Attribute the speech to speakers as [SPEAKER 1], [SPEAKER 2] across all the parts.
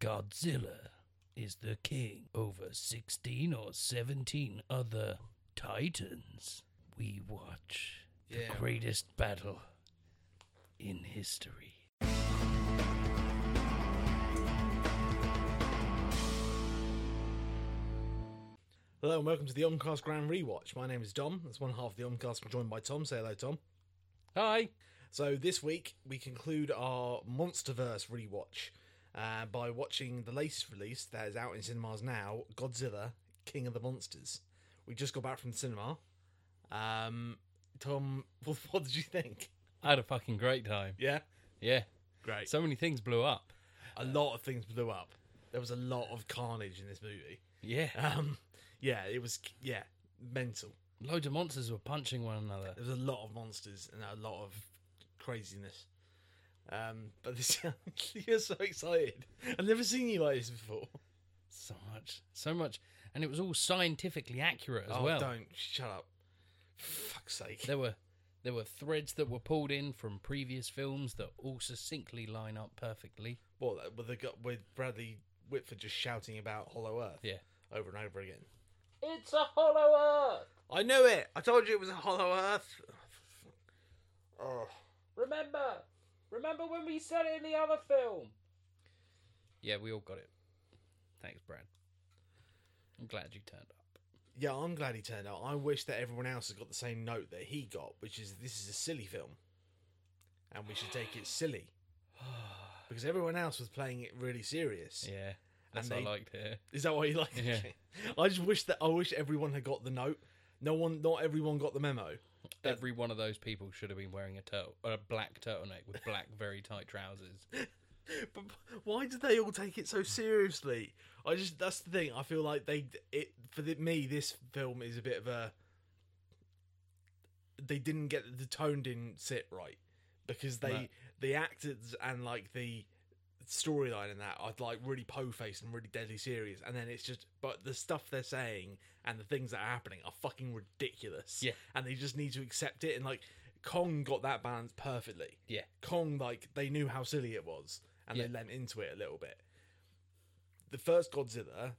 [SPEAKER 1] Godzilla is the king over 16 or 17 other titans. We watch the
[SPEAKER 2] Yeah.
[SPEAKER 1] greatest battle in history.
[SPEAKER 2] Hello and welcome to the Omcast Grand Rewatch. My name is Dom. That's one half of the Omcast. joined by Tom. Say hello, Tom.
[SPEAKER 1] Hi.
[SPEAKER 2] So this week we conclude our MonsterVerse rewatch uh, by watching the latest release that is out in cinemas now: Godzilla, King of the Monsters. We just got back from the cinema. Um, Tom, what, what did you think?
[SPEAKER 3] I had a fucking great time.
[SPEAKER 2] Yeah,
[SPEAKER 3] Yeah.
[SPEAKER 2] great. So
[SPEAKER 3] So many things blew up.
[SPEAKER 2] a lot of things blew up. There was a lot of carnage in this movie.
[SPEAKER 3] Yeah.
[SPEAKER 2] Um, yeah, it was yeah mental.
[SPEAKER 3] Loads of monsters were punching one another.
[SPEAKER 2] There was a lot of monsters and a lot of craziness. Um, but this, you're so excited. I've never seen you like this before.
[SPEAKER 3] So much. So much. And it was all scientifically accurate as
[SPEAKER 2] oh,
[SPEAKER 3] well.
[SPEAKER 2] don't shut up! Fuck's sake!
[SPEAKER 3] There were there were threads that were pulled in from previous films that all succinctly line up perfectly.
[SPEAKER 2] What with the gu- with Bradley Whitford just shouting about Hollow Earth?
[SPEAKER 3] Yeah.
[SPEAKER 2] over and over again.
[SPEAKER 3] It's a hollow earth.
[SPEAKER 2] I knew it. I told you it was a Hollow Earth. Oh,
[SPEAKER 3] Remember. Remember when we said it in the other film. Yeah, we all got it. Thanks, Brad. I'm glad you turned up.
[SPEAKER 2] yeah. I'm glad he turned out. I wish that everyone else had got the same note that he got, which is this is a silly film, and we should take it silly. Because everyone else was playing it really serious.
[SPEAKER 3] Yeah. That's what
[SPEAKER 2] And they-
[SPEAKER 3] I liked here.
[SPEAKER 2] Is that why you like it?
[SPEAKER 3] Yeah.
[SPEAKER 2] Okay. I just wish that I wish everyone had got the note. No one, not everyone got the memo.
[SPEAKER 3] Every one of those people should have been wearing a turtle, a black turtleneck with black, very tight trousers.
[SPEAKER 2] But why did they all take it so seriously? I just that's the thing. I feel like they it for the, me this film is a bit of a they didn't get the tone didn't sit right because they
[SPEAKER 3] No.
[SPEAKER 2] the actors and like the storyline and that I'd like really po faced and really deadly serious and then it's just but the stuff they're saying and the things that are happening are fucking ridiculous.
[SPEAKER 3] Yeah.
[SPEAKER 2] And they just need to accept it and like Kong got that balance perfectly.
[SPEAKER 3] Yeah,
[SPEAKER 2] Kong, like they knew how silly it was, and they
[SPEAKER 3] Yeah.
[SPEAKER 2] lent into it a little bit. The first Godzilla,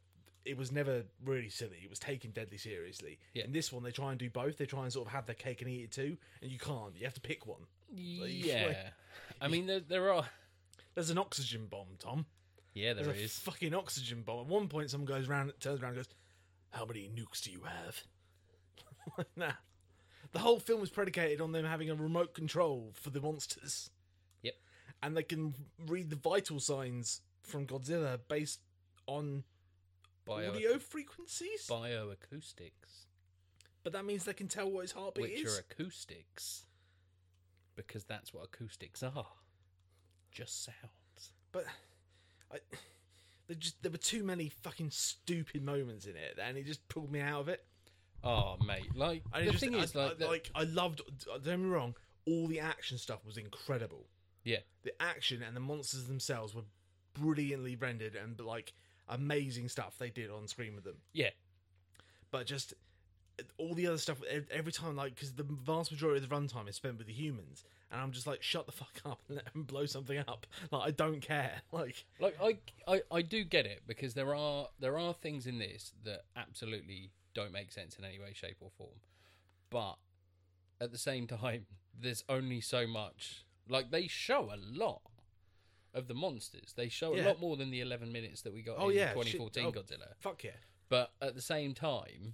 [SPEAKER 2] it was never really silly; it was taken deadly seriously.
[SPEAKER 3] Yeah.
[SPEAKER 2] In this one, they try and do both. They try and sort of have their cake and eat it too, and you can't. You have to pick one.
[SPEAKER 3] yeah. I mean, there, there are.
[SPEAKER 2] There's an oxygen bomb, Tom.
[SPEAKER 3] Yeah, there
[SPEAKER 2] There's a
[SPEAKER 3] is.
[SPEAKER 2] fucking oxygen bomb. At one point, someone goes round, turns around, and goes, "How many nukes do you have?" like that. The whole film was predicated on them having a remote control for the monsters.
[SPEAKER 3] Yep.
[SPEAKER 2] and they can read the vital signs from Godzilla based on
[SPEAKER 3] Bio,
[SPEAKER 2] audio frequencies.
[SPEAKER 3] bioacoustics,
[SPEAKER 2] But that means they can tell what his heartbeat
[SPEAKER 3] which
[SPEAKER 2] is.
[SPEAKER 3] are acoustics, because that's what acoustics are. Just sounds.
[SPEAKER 2] But I, there just there were too many fucking stupid moments in it, and it just pulled me out of it.
[SPEAKER 3] Oh, mate. Like
[SPEAKER 2] And it
[SPEAKER 3] the
[SPEAKER 2] just,
[SPEAKER 3] thing
[SPEAKER 2] I,
[SPEAKER 3] is, like,
[SPEAKER 2] I,
[SPEAKER 3] the-
[SPEAKER 2] like I loved. Don't get me wrong. All the action stuff was incredible.
[SPEAKER 3] yeah,
[SPEAKER 2] the action and the monsters themselves were brilliantly rendered and like amazing stuff they did on screen with them.
[SPEAKER 3] yeah,
[SPEAKER 2] But just all the other stuff ev- every time, like because the vast majority of the runtime is spent with the humans, and I'm just like, shut the fuck up and let them blow something up. Like I don't care. Like
[SPEAKER 3] like I, I i do get it because there are there are things in this that absolutely don't make sense in any way shape or form but at the same time there's only so much like they show a lot of the monsters they show a
[SPEAKER 2] Yeah.
[SPEAKER 3] lot more than the 11 minutes that we got
[SPEAKER 2] Oh,
[SPEAKER 3] in
[SPEAKER 2] yeah, shit.
[SPEAKER 3] 2014
[SPEAKER 2] Oh.
[SPEAKER 3] godzilla
[SPEAKER 2] fuck yeah.
[SPEAKER 3] but at the same time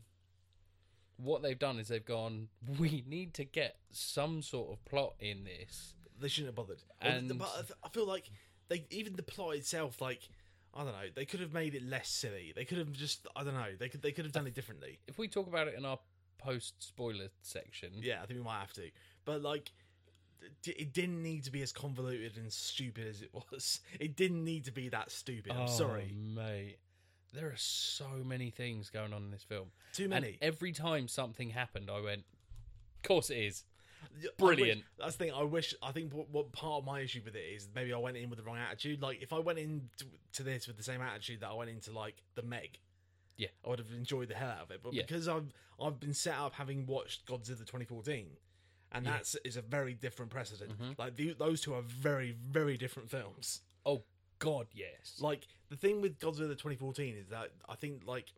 [SPEAKER 3] what they've done is they've gone we need to get some sort of plot in this
[SPEAKER 2] They shouldn't have bothered. Or the- the-
[SPEAKER 3] And-
[SPEAKER 2] but I th- I feel like they even the plot itself, like I don't know, they could have made it less silly. They could have just I don't know. They could they could have done it differently.
[SPEAKER 3] if we talk about it in our post spoiler section
[SPEAKER 2] Yeah, I think we might have to. But like, d- it didn't need to be as convoluted and stupid as it was. It didn't need to be that stupid. I'm
[SPEAKER 3] Oh,
[SPEAKER 2] sorry,
[SPEAKER 3] mate. There are so many things going on in this film.
[SPEAKER 2] too many.
[SPEAKER 3] And every time something happened, I went, "Of course it is."
[SPEAKER 2] I wish-
[SPEAKER 3] brilliant.
[SPEAKER 2] that's the thing. I wish. I think what, what part of my issue with it is maybe I went in with the wrong attitude. Like if I went into to this with the same attitude that I went into like the Meg.
[SPEAKER 3] Yeah.
[SPEAKER 2] I would have enjoyed the hell out of it, but
[SPEAKER 3] Yeah.
[SPEAKER 2] because I've I've been set up having watched Godzilla 2014, and
[SPEAKER 3] Mm-hmm.
[SPEAKER 2] that's is a very different precedent. Like the, those two are very very different films.
[SPEAKER 3] Oh, god, yes.
[SPEAKER 2] Like the thing with Godzilla 2014 is that I think like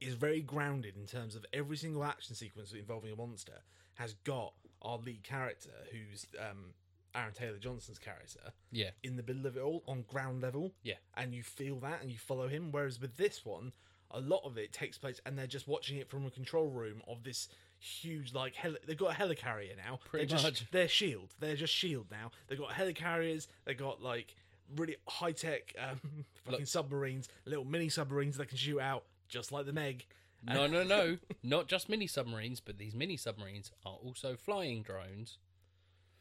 [SPEAKER 2] is very grounded in terms of every single action sequence involving a monster has got our lead character, who's um, Aaron Taylor Johnson's character,
[SPEAKER 3] yeah.
[SPEAKER 2] in the middle of it all on ground level.
[SPEAKER 3] Yeah.
[SPEAKER 2] and you feel that and you follow him. Whereas with this one, a lot of it takes place and they're just watching it from a control room of this huge like heli- they've got a helicarrier now.
[SPEAKER 3] Pretty
[SPEAKER 2] they're
[SPEAKER 3] much.
[SPEAKER 2] Just, they're shield. They're just shield now. They've got helicarriers. They got like really high tech um, fucking submarines, little mini submarines they can shoot out just like the Meg.
[SPEAKER 3] No, no, no. Not just mini submarines, but these mini submarines are also flying drones.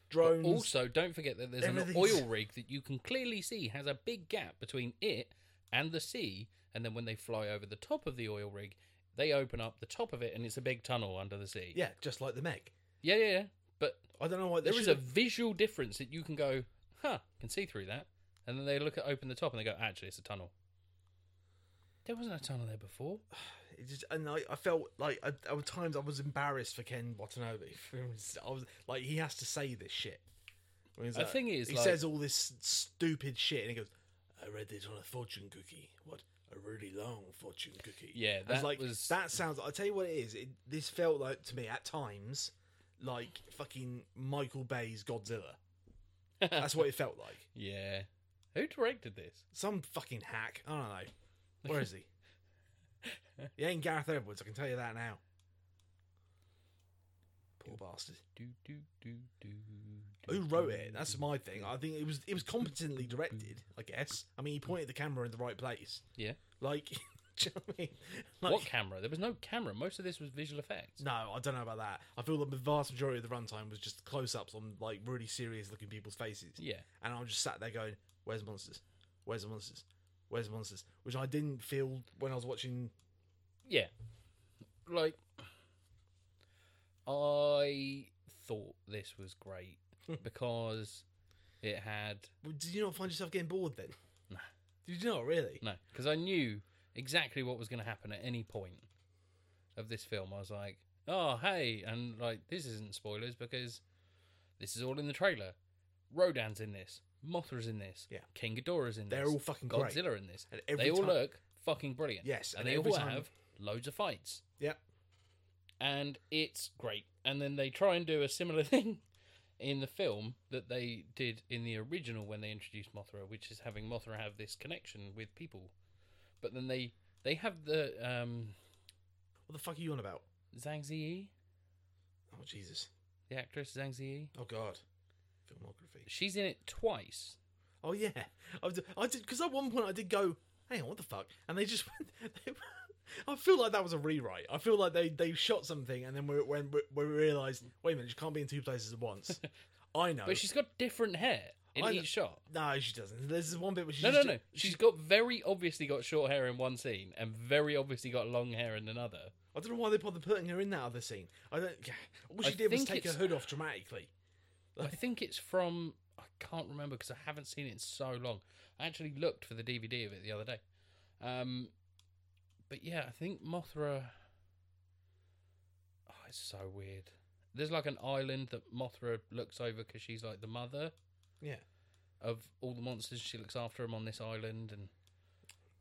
[SPEAKER 2] Drones.
[SPEAKER 3] Also, don't forget that there's an
[SPEAKER 2] Everything's-
[SPEAKER 3] oil rig that you can clearly see has a big gap between it and the sea. And then when they fly over the top of the oil rig, they open up the top of it and it's a big tunnel under the sea.
[SPEAKER 2] yeah, just like the Meg.
[SPEAKER 3] yeah, yeah. yeah. But
[SPEAKER 2] I don't know why they
[SPEAKER 3] there is a
[SPEAKER 2] should've-
[SPEAKER 3] visual difference that you can go, huh, can see through that. And then they look at open the top and they go, actually, it's a tunnel. There wasn't a tunnel there before.
[SPEAKER 2] It just, and I, I felt like I, at times I was embarrassed for Ken Watanabe. It was- I was like, he has to say this shit. When he's
[SPEAKER 3] The thing is,
[SPEAKER 2] he
[SPEAKER 3] like-
[SPEAKER 2] says all this stupid shit, and he goes, "I read this on a fortune cookie. What a really long fortune cookie."
[SPEAKER 3] Yeah,
[SPEAKER 2] I was
[SPEAKER 3] that
[SPEAKER 2] like
[SPEAKER 3] was-
[SPEAKER 2] that sounds. I will tell you what it is. It, this felt like to me at times like fucking Michael Bay's Godzilla. That's what it felt like.
[SPEAKER 3] Yeah. Who directed this?
[SPEAKER 2] Some fucking hack. I don't know. Where is he? he ain't Gareth Edwards. I can tell you that now. Poor bastard.
[SPEAKER 3] Do, do, do, do, do,
[SPEAKER 2] Who wrote
[SPEAKER 3] do,
[SPEAKER 2] it? That's
[SPEAKER 3] do.
[SPEAKER 2] my thing. I think it was it was competently directed. I guess. I mean, he pointed the camera in the right place.
[SPEAKER 3] Yeah.
[SPEAKER 2] Like, do you know what I mean? Like,
[SPEAKER 3] what camera? There was no camera. Most of this was visual effects.
[SPEAKER 2] no, I don't know about that. I feel the vast majority of the runtime was just close-ups on like really serious-looking people's faces.
[SPEAKER 3] Yeah.
[SPEAKER 2] and I just sat there going, "Where's the monsters? Where's the monsters? Where's the monsters?" Which I didn't feel when I was watching.
[SPEAKER 3] Yeah. Like, I thought this was great
[SPEAKER 2] Hmm.
[SPEAKER 3] because it had.
[SPEAKER 2] Did you not find yourself getting bored then?
[SPEAKER 3] No.
[SPEAKER 2] Did you not really?
[SPEAKER 3] No, because I knew exactly what was going to happen at any point of this film. I was like, oh, hey. And, like, this isn't spoilers because this is all in the trailer. Rodan's in this. Mothra's in this.
[SPEAKER 2] Yeah.
[SPEAKER 3] King Ghidorah's in
[SPEAKER 2] They're
[SPEAKER 3] this.
[SPEAKER 2] all fucking great.
[SPEAKER 3] Godzilla in this.
[SPEAKER 2] And every
[SPEAKER 3] they all
[SPEAKER 2] time-
[SPEAKER 3] look fucking brilliant.
[SPEAKER 2] Yes,
[SPEAKER 3] and,
[SPEAKER 2] and
[SPEAKER 3] they
[SPEAKER 2] every
[SPEAKER 3] all
[SPEAKER 2] time-
[SPEAKER 3] have loads of fights,
[SPEAKER 2] Yep.
[SPEAKER 3] and it's great. And then they try and do a similar thing in the film that they did in the original when they introduced Mothra, which is having Mothra have this connection with people. But then they they have the um,
[SPEAKER 2] What the fuck are you on about?
[SPEAKER 3] Zhang Ziyi,
[SPEAKER 2] Oh Jesus!
[SPEAKER 3] the actress Zhang Ziyi.
[SPEAKER 2] Oh God! Filmography.
[SPEAKER 3] She's in it twice.
[SPEAKER 2] Oh yeah, I was- I did because at one point I did go, "Hang on, what the fuck?" And they just went. They, I feel like that was a rewrite. I feel like they they shot something and then we when we- we realised, wait a minute, she can't be in two places at once. I know.
[SPEAKER 3] But she's got different hair in
[SPEAKER 2] I
[SPEAKER 3] each
[SPEAKER 2] know.
[SPEAKER 3] shot.
[SPEAKER 2] no, she doesn't. There's one bit where she's
[SPEAKER 3] No, no,
[SPEAKER 2] just-
[SPEAKER 3] no. She's got very obviously got short hair in one scene and very obviously got long hair in another.
[SPEAKER 2] I don't know why they bothered putting her in that other scene. I don't. All she
[SPEAKER 3] I
[SPEAKER 2] did was
[SPEAKER 3] think
[SPEAKER 2] take her
[SPEAKER 3] it's-
[SPEAKER 2] hood off dramatically.
[SPEAKER 3] I think it's from I can't remember because I haven't seen it in so long. I actually looked for the DVD of it the other day. Um, but yeah, I think Mothra. Oh, it's so weird. There's like an island that Mothra looks over because she's like the mother
[SPEAKER 2] Yeah.
[SPEAKER 3] of all the monsters. She looks after them on this island, and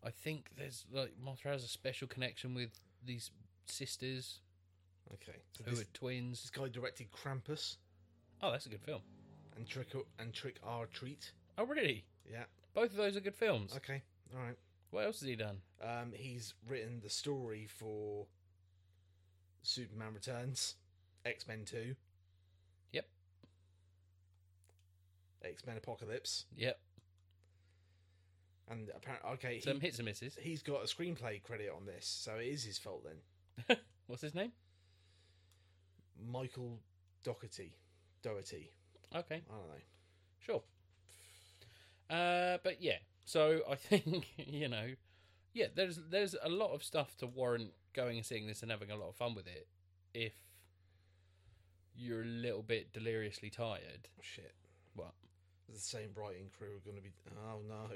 [SPEAKER 3] I think there's like Mothra has a special connection with these sisters
[SPEAKER 2] Okay. So
[SPEAKER 3] who
[SPEAKER 2] this,
[SPEAKER 3] are twins.
[SPEAKER 2] this guy directed Krampus
[SPEAKER 3] Oh, that's a good film.
[SPEAKER 2] and Trick and Trick R Treat.
[SPEAKER 3] Oh, really?
[SPEAKER 2] Yeah.
[SPEAKER 3] Both of those are good films.
[SPEAKER 2] Okay. All right.
[SPEAKER 3] What else has he done?
[SPEAKER 2] Um, he's written the story for Superman Returns, X Men Two,
[SPEAKER 3] Yep.
[SPEAKER 2] X Men Apocalypse,
[SPEAKER 3] Yep.
[SPEAKER 2] and apparently, okay, he,
[SPEAKER 3] Some hits and misses.
[SPEAKER 2] he's got a screenplay credit on this, so it is his fault then.
[SPEAKER 3] What's his name?
[SPEAKER 2] Michael Doherty, Doherty,
[SPEAKER 3] Okay,
[SPEAKER 2] I don't know.
[SPEAKER 3] sure. Uh, but yeah, so I think you know, yeah, there's there's a lot of stuff to warrant going and seeing this and having a lot of fun with it. If you're a little bit deliriously tired,
[SPEAKER 2] Shit,
[SPEAKER 3] what
[SPEAKER 2] the same writing crew are going to be. Oh no,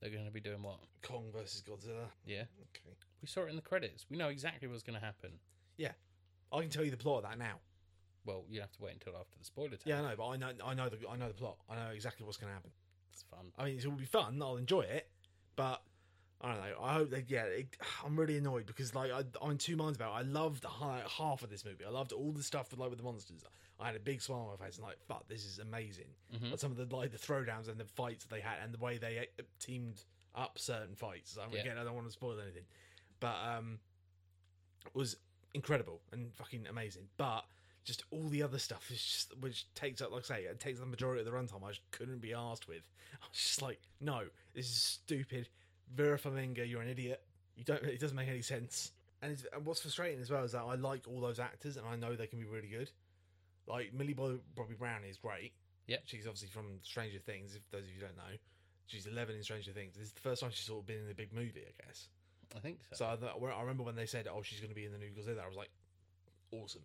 [SPEAKER 3] they're going to be doing? What?
[SPEAKER 2] Kong versus Godzilla.
[SPEAKER 3] Yeah,
[SPEAKER 2] Okay,
[SPEAKER 3] we saw it in the credits. We know exactly what's going to happen.
[SPEAKER 2] yeah, I can tell you the plot of that now.
[SPEAKER 3] Well, you will have to wait until after the spoiler. Time.
[SPEAKER 2] Yeah, I know, but I know, I know the, I know the plot. I know exactly what's going to happen.
[SPEAKER 3] It's fun.
[SPEAKER 2] I mean, it will be fun. I'll enjoy it, but I don't know. I hope they. Yeah, it, I'm really annoyed because like I, I'm in two minds about. It. I loved hi- half of this movie. I loved all the stuff with like with the monsters. I had a big smile on my face and like, fuck, this is amazing. But some of the like the throwdowns and the fights that they had and the way they uh, teamed up certain fights. I'm,
[SPEAKER 3] Yeah.
[SPEAKER 2] Again, I don't want to spoil anything, but um, was incredible and fucking amazing. But just all the other stuff is just which takes up, like I say, it takes the majority of the runtime. I just couldn't be asked with. I was just like, no, this is stupid. Vera Farminga, you're an idiot. You don't. It doesn't make any sense. And, it's, and what's frustrating as well is that I like all those actors and I know they can be really good. Like Millie Bo- Bobby Brown is great.
[SPEAKER 3] Yep.
[SPEAKER 2] she's obviously from Stranger Things. If those of you who don't know, she's eleven in Stranger Things. This is the first time she's sort of been in a big movie, I guess.
[SPEAKER 3] I think so.
[SPEAKER 2] So I, th- I remember when they said, "Oh, she's going to be in the new Godzilla," I was like, "Awesome!"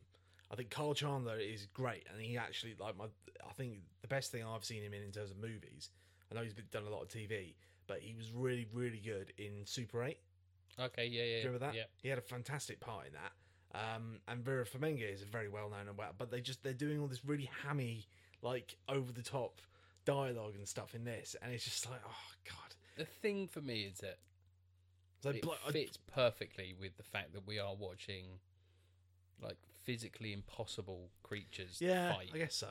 [SPEAKER 2] I think Carl Chandler is great, and he actually like my. I think the best thing I've seen him in in terms of movies. I know he's been, done a lot of TV, but he was really, really good in Super Eight.
[SPEAKER 3] okay, yeah, yeah.
[SPEAKER 2] Do you remember that?
[SPEAKER 3] Yeah.
[SPEAKER 2] He had a fantastic part in that. Um, and Vera Farmiga is very well known and well, but they just they're doing all this really hammy, like over the top dialogue and stuff in this, and it's just like, oh god,
[SPEAKER 3] The thing for me is that
[SPEAKER 2] So
[SPEAKER 3] it
[SPEAKER 2] blo- I-
[SPEAKER 3] fits perfectly with the fact that we are watching like physically impossible creatures
[SPEAKER 2] yeah,
[SPEAKER 3] fight.
[SPEAKER 2] I guess so.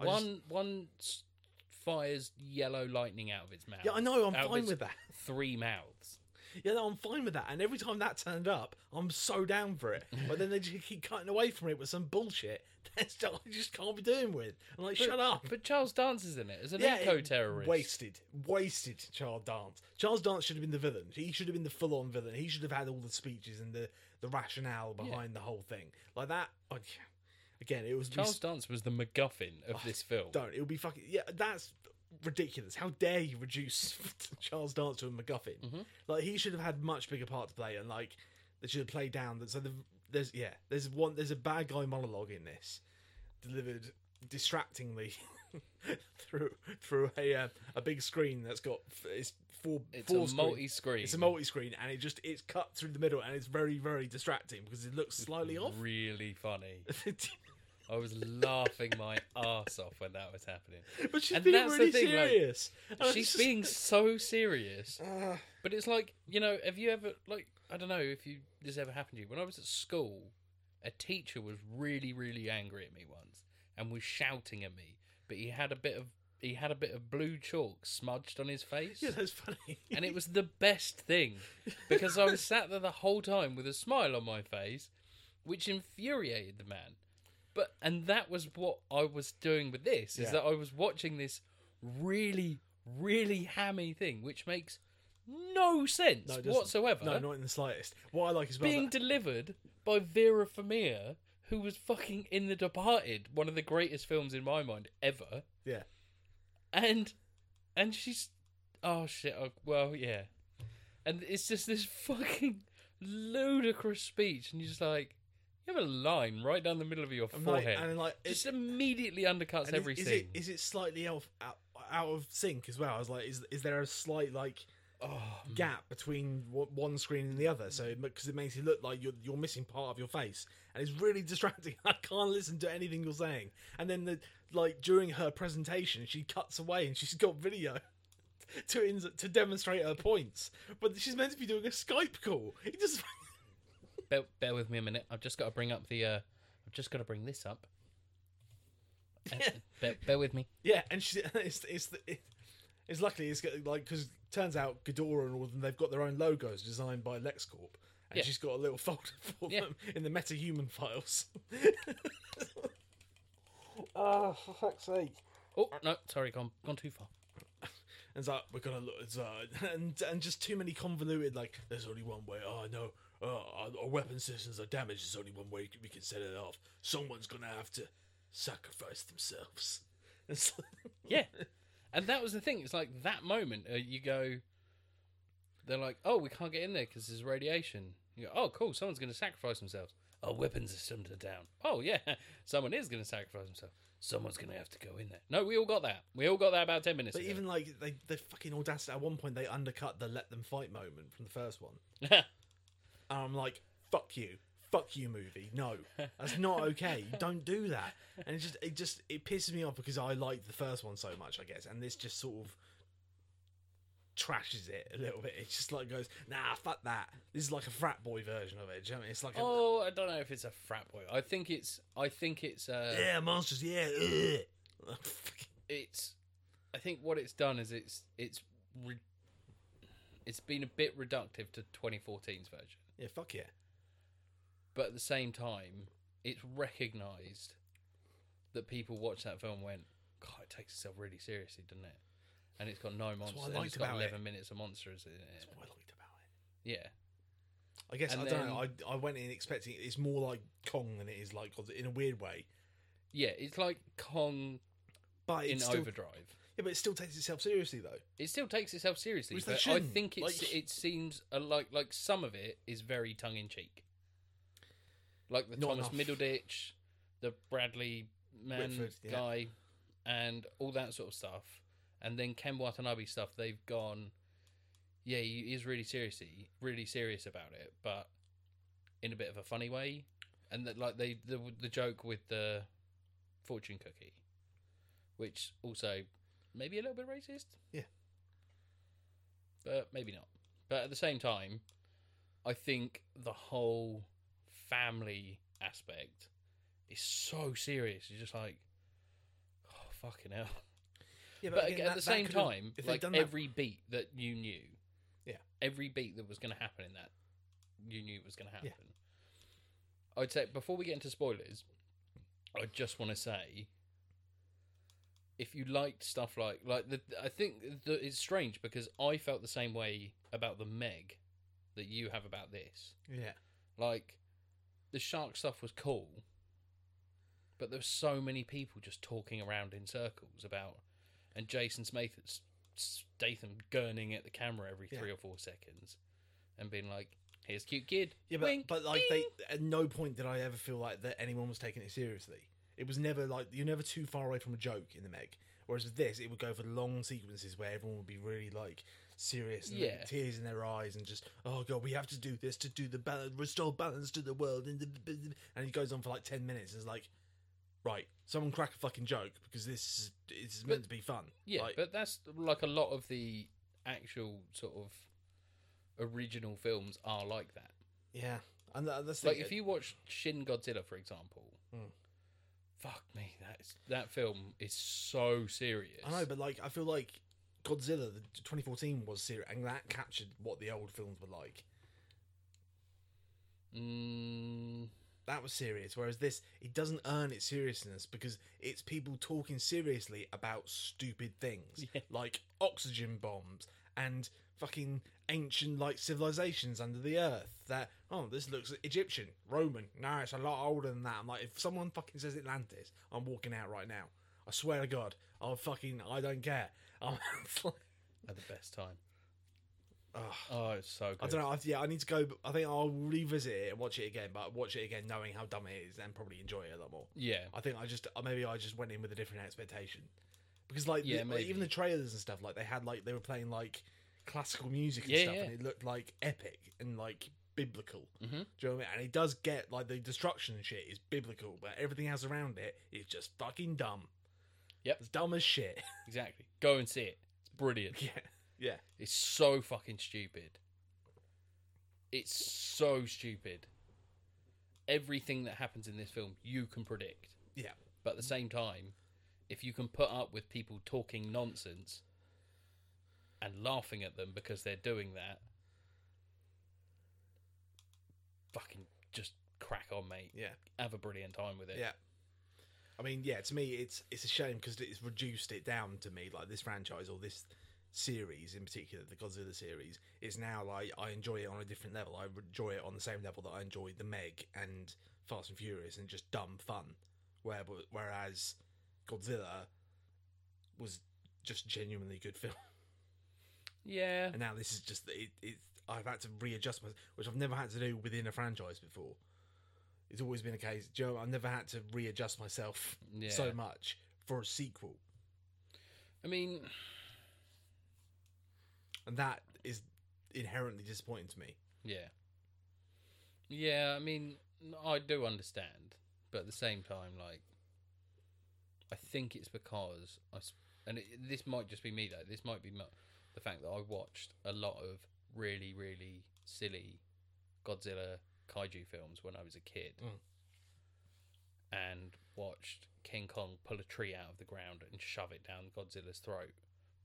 [SPEAKER 2] I
[SPEAKER 3] one
[SPEAKER 2] just-
[SPEAKER 3] one s- fires yellow lightning out of its mouth.
[SPEAKER 2] yeah, I know. I'm
[SPEAKER 3] out of
[SPEAKER 2] fine
[SPEAKER 3] its
[SPEAKER 2] with that.
[SPEAKER 3] Three mouths.
[SPEAKER 2] Yeah, no, I'm fine with that. And every time that turned up, I'm so down for it. But then they just keep cutting away from it with some bullshit that I just can't be doing with. I'm like, shut up.
[SPEAKER 3] But Charles Dance is in it as an
[SPEAKER 2] Yeah,
[SPEAKER 3] eco
[SPEAKER 2] it-
[SPEAKER 3] terrorist.
[SPEAKER 2] Wasted. Wasted Charles Dance. Charles Dance should have been the villain. He should have been the full on villain. He should have had all the speeches and the, the rationale behind the whole thing. Like that. oh, yeah. Again, it was
[SPEAKER 3] Charles Dance was the MacGuffin
[SPEAKER 2] Oh,
[SPEAKER 3] of this film.
[SPEAKER 2] don't. It'll be fucking yeah. That's ridiculous. How dare you reduce Charles Dance to a MacGuffin?
[SPEAKER 3] Mm-hmm.
[SPEAKER 2] Like he should have had much bigger part to play, and like they should have played down that. So the, there's yeah, there's one there's a bad guy monologue in this delivered distractingly through through a uh, a big screen that's got f- it's four
[SPEAKER 3] It's
[SPEAKER 2] four
[SPEAKER 3] a
[SPEAKER 2] screen-
[SPEAKER 3] multi-screen.
[SPEAKER 2] It's a multi-screen, and it just it's cut through the middle, and it's very very distracting because it looks slightly off.
[SPEAKER 3] Really funny. I was laughing my ass off when that was happening.
[SPEAKER 2] but she's
[SPEAKER 3] And
[SPEAKER 2] being
[SPEAKER 3] that's the
[SPEAKER 2] really
[SPEAKER 3] thing, like,
[SPEAKER 2] serious. And I
[SPEAKER 3] She's
[SPEAKER 2] just-
[SPEAKER 3] being so serious.
[SPEAKER 2] Ah.
[SPEAKER 3] But it's like, you know, have you ever like I don't know if you this ever happened to you. When I was at school, a teacher was really, really angry at me once and was shouting at me, but he had a bit of he had a bit of blue chalk smudged on his face.
[SPEAKER 2] Yeah, that's funny.
[SPEAKER 3] And it was the best thing because I was sat there the whole time with a smile on my face, which infuriated the man. But and that was what I was doing with this is
[SPEAKER 2] Yeah.
[SPEAKER 3] that I was watching this really, really hammy thing, which makes no sense
[SPEAKER 2] it doesn't.
[SPEAKER 3] whatsoever.
[SPEAKER 2] No, not in the slightest. What I like is well
[SPEAKER 3] being
[SPEAKER 2] that-
[SPEAKER 3] delivered by Vera Farmiga, who was fucking in The Departed, one of the greatest films in my mind ever,
[SPEAKER 2] yeah,
[SPEAKER 3] and and she's oh shit oh, well yeah and it's just this fucking ludicrous speech and you're just like you have a line right down the middle of your
[SPEAKER 2] I'm like,
[SPEAKER 3] forehead
[SPEAKER 2] and like
[SPEAKER 3] just immediately undercuts
[SPEAKER 2] and is-
[SPEAKER 3] every
[SPEAKER 2] is,
[SPEAKER 3] scene
[SPEAKER 2] it is it slightly out, out out of sync as well? I was like, is is there a slight like
[SPEAKER 3] oh
[SPEAKER 2] gap between w- one screen and the other? So because it makes it look like you're you're missing part of your face, and it's really distracting. I can't listen to anything you're saying. And then the like during her presentation, she cuts away and she's got video. To, ins to demonstrate her points, but she's meant to be doing a Skype call. It just
[SPEAKER 3] bear, bear with me a minute i've just got to bring up the uh i've just got to bring this up Uh,
[SPEAKER 2] Yeah.
[SPEAKER 3] bear, bear with me
[SPEAKER 2] Yeah, and she, it's it's the, it, it's luckily it's got, like because turns out Ghidorah and all of them they've got their own logos designed by LexCorp, and
[SPEAKER 3] Yeah.
[SPEAKER 2] she's got a little folder for
[SPEAKER 3] Yeah.
[SPEAKER 2] them in the MetaHuman files. oh, for fuck's sake!
[SPEAKER 3] oh no sorry gone gone too far
[SPEAKER 2] And it's like we're gonna look, it's, uh, and and just too many convoluted. Like there's only one way. Oh no, oh, our, our weapon systems are damaged. There's only one way we can set it off. Someone's gonna have to sacrifice themselves. It's like-
[SPEAKER 3] Yeah. And that was the thing. It's like that moment uh, you go, they're like, oh, we can't get in there because there's radiation. You go, oh, cool. Someone's going to sacrifice themselves. Our weapons systems are down. Oh, yeah. Someone is going to sacrifice themselves. Someone's going to have to go in there. No, we all got that. We all got that about 10 minutes
[SPEAKER 2] But
[SPEAKER 3] ago.
[SPEAKER 2] even like they, they fucking audacity. At one point, they undercut the "let them fight" moment from the first one, and I'm like, "Fuck you, fuck you, movie. No, that's not okay. You don't do that." And it just, it just, it pisses me off because I liked the first one so much, I guess, and this just sort of trashes it a little bit. It just like goes, nah, fuck that. This is like a frat boy version of it. Do you know what I mean? It's like, a,
[SPEAKER 3] Oh, I don't know if it's a frat boy. I think it's. I think it's. Uh,
[SPEAKER 2] yeah, monsters, yeah. ugh." Fucking-
[SPEAKER 3] It's. I think what it's done is it's. It's. Re- it's been a bit reductive to 2014's version,
[SPEAKER 2] yeah, fuck yeah.
[SPEAKER 3] but at the same time, it's recognised that people watch that film and went, God, it takes itself really seriously, doesn't it? And it's got no monsters.
[SPEAKER 2] what I
[SPEAKER 3] and
[SPEAKER 2] liked
[SPEAKER 3] It's got
[SPEAKER 2] about it.
[SPEAKER 3] 11 minutes of monsters in it.
[SPEAKER 2] That's what I liked about it.
[SPEAKER 3] Yeah.
[SPEAKER 2] I guess
[SPEAKER 3] And
[SPEAKER 2] I don't know. I, I went in expecting it's more like Kong than it is like Godzilla in a weird way.
[SPEAKER 3] Yeah, it's like Kong
[SPEAKER 2] But
[SPEAKER 3] in
[SPEAKER 2] it's still,
[SPEAKER 3] Overdrive.
[SPEAKER 2] yeah, but it still takes itself seriously though.
[SPEAKER 3] It still takes itself seriously,
[SPEAKER 2] Which they
[SPEAKER 3] but I
[SPEAKER 2] shouldn't.
[SPEAKER 3] think it's,
[SPEAKER 2] Like-
[SPEAKER 3] it seems a, like like some of it is very tongue in cheek, like the
[SPEAKER 2] Not
[SPEAKER 3] Thomas
[SPEAKER 2] enough.
[SPEAKER 3] Middleditch, the Bradley man
[SPEAKER 2] Whitford, yeah.
[SPEAKER 3] guy, and all that sort of stuff, and then Ken Watanabe stuff. They've gone, yeah, he is really seriously really serious about it, but in a bit of a funny way, and that like they the the joke with the fortune cookie, which also maybe a little bit racist.
[SPEAKER 2] Yeah.
[SPEAKER 3] But maybe not. But at the same time, I think the whole family aspect is so serious. You're just like, oh, fucking hell.
[SPEAKER 2] Yeah,
[SPEAKER 3] But,
[SPEAKER 2] again,
[SPEAKER 3] at
[SPEAKER 2] that-
[SPEAKER 3] the
[SPEAKER 2] that
[SPEAKER 3] same
[SPEAKER 2] could've-
[SPEAKER 3] time,
[SPEAKER 2] if they'd
[SPEAKER 3] like
[SPEAKER 2] done that-
[SPEAKER 3] every beat that you knew,
[SPEAKER 2] Yeah.
[SPEAKER 3] every beat that was going to happen in that, you knew it was going to happen.
[SPEAKER 2] Yeah.
[SPEAKER 3] I'd say before we get into spoilers, I just want to say, if you liked stuff like like the, I think the, it's strange because I felt the same way about the Meg that you have about this.
[SPEAKER 2] yeah,
[SPEAKER 3] Like the shark stuff was cool, but there were so many people just talking around in circles about, and Jason Statham, Statham gurning at the camera every
[SPEAKER 2] Yeah.
[SPEAKER 3] three or four seconds, and being like, "Here's cute kid."
[SPEAKER 2] yeah, but
[SPEAKER 3] Wink,
[SPEAKER 2] but like
[SPEAKER 3] bing."
[SPEAKER 2] they at no point did I ever feel like that anyone was taking it seriously. It was never like you're never too far away from a joke in the Meg. Whereas with this, it would go for long sequences where everyone would be really like serious and like,
[SPEAKER 3] Yeah.
[SPEAKER 2] tears in their eyes and just oh god, we have to do this to do the balance, restore balance to the world, and the, and it goes on for like ten minutes. It's like right, someone crack a fucking joke because this is, it's meant to be fun.
[SPEAKER 3] Yeah,
[SPEAKER 2] like,
[SPEAKER 3] but that's like a lot of the actual sort of original films are like that.
[SPEAKER 2] yeah, and that, that's the
[SPEAKER 3] Like
[SPEAKER 2] thing.
[SPEAKER 3] if you watch Shin Godzilla, for example,
[SPEAKER 2] Mm.
[SPEAKER 3] fuck me, that is, that film is so serious.
[SPEAKER 2] I know, but like I feel like Godzilla the 2014 was serious, and that captured what the old films were like.
[SPEAKER 3] mm,
[SPEAKER 2] That was serious, whereas this it doesn't earn its seriousness because it's people talking seriously about stupid things
[SPEAKER 3] Yeah.
[SPEAKER 2] like oxygen bombs and fucking ancient like civilizations under the earth. That oh, this looks Egyptian, Roman. No, it's a lot older than that. I'm like, if someone fucking says Atlantis, I'm walking out right now. I swear to God, I'll fucking I don't care. I'm like,
[SPEAKER 3] at the best time.
[SPEAKER 2] Ugh.
[SPEAKER 3] Oh, it's so
[SPEAKER 2] I
[SPEAKER 3] good.
[SPEAKER 2] don't know. I, yeah, I need to go. but I think I'll revisit it and watch it again, but watch it again knowing how dumb it is and probably enjoy it a lot more.
[SPEAKER 3] Yeah,
[SPEAKER 2] I think I just uh, maybe I just went in with a different expectation because like,
[SPEAKER 3] Yeah,
[SPEAKER 2] the- like,
[SPEAKER 3] maybe.
[SPEAKER 2] even the trailers and stuff like they had like they were playing like classical music and
[SPEAKER 3] Yeah,
[SPEAKER 2] stuff
[SPEAKER 3] yeah.
[SPEAKER 2] and it looked like epic and like biblical.
[SPEAKER 3] Mhm.
[SPEAKER 2] Do you know what I mean? And it does get like the destruction and shit is biblical, but everything else around it is just fucking dumb.
[SPEAKER 3] Yep.
[SPEAKER 2] it's dumb as shit.
[SPEAKER 3] exactly. Go and see it. It's brilliant.
[SPEAKER 2] yeah, yeah.
[SPEAKER 3] It's so fucking stupid. It's so stupid. Everything that happens in this film, you can predict.
[SPEAKER 2] Yeah.
[SPEAKER 3] But at the same time, if you can put up with people talking nonsense and laughing at them because they're doing that, fucking just crack on, mate.
[SPEAKER 2] Yeah.
[SPEAKER 3] Have a brilliant time with it.
[SPEAKER 2] Yeah. I mean, yeah, to me, it's it's a shame because it's reduced it down to me like this franchise or this series in particular, the Godzilla series, is now like I enjoy it on a different level. I enjoy it on the same level that I enjoyed the Meg and Fast and Furious and just dumb fun. Where whereas Godzilla was just genuinely good film,
[SPEAKER 3] Yeah.
[SPEAKER 2] and now this is just it. it I've had to readjust myself, which I've never had to do within a franchise before. It's always been a case, Joe. I've never had to readjust myself
[SPEAKER 3] Yeah.
[SPEAKER 2] so much for a sequel,
[SPEAKER 3] I mean,
[SPEAKER 2] and that is inherently disappointing to me.
[SPEAKER 3] Yeah. Yeah, I mean, I do understand, but at the same time, like, I think it's because I, s- and it, this might just be me though. This might be mu- the fact that I watched a lot of really, really silly Godzilla kaiju films when I was a kid
[SPEAKER 2] Mm.
[SPEAKER 3] and watched King Kong pull a tree out of the ground and shove it down Godzilla's throat.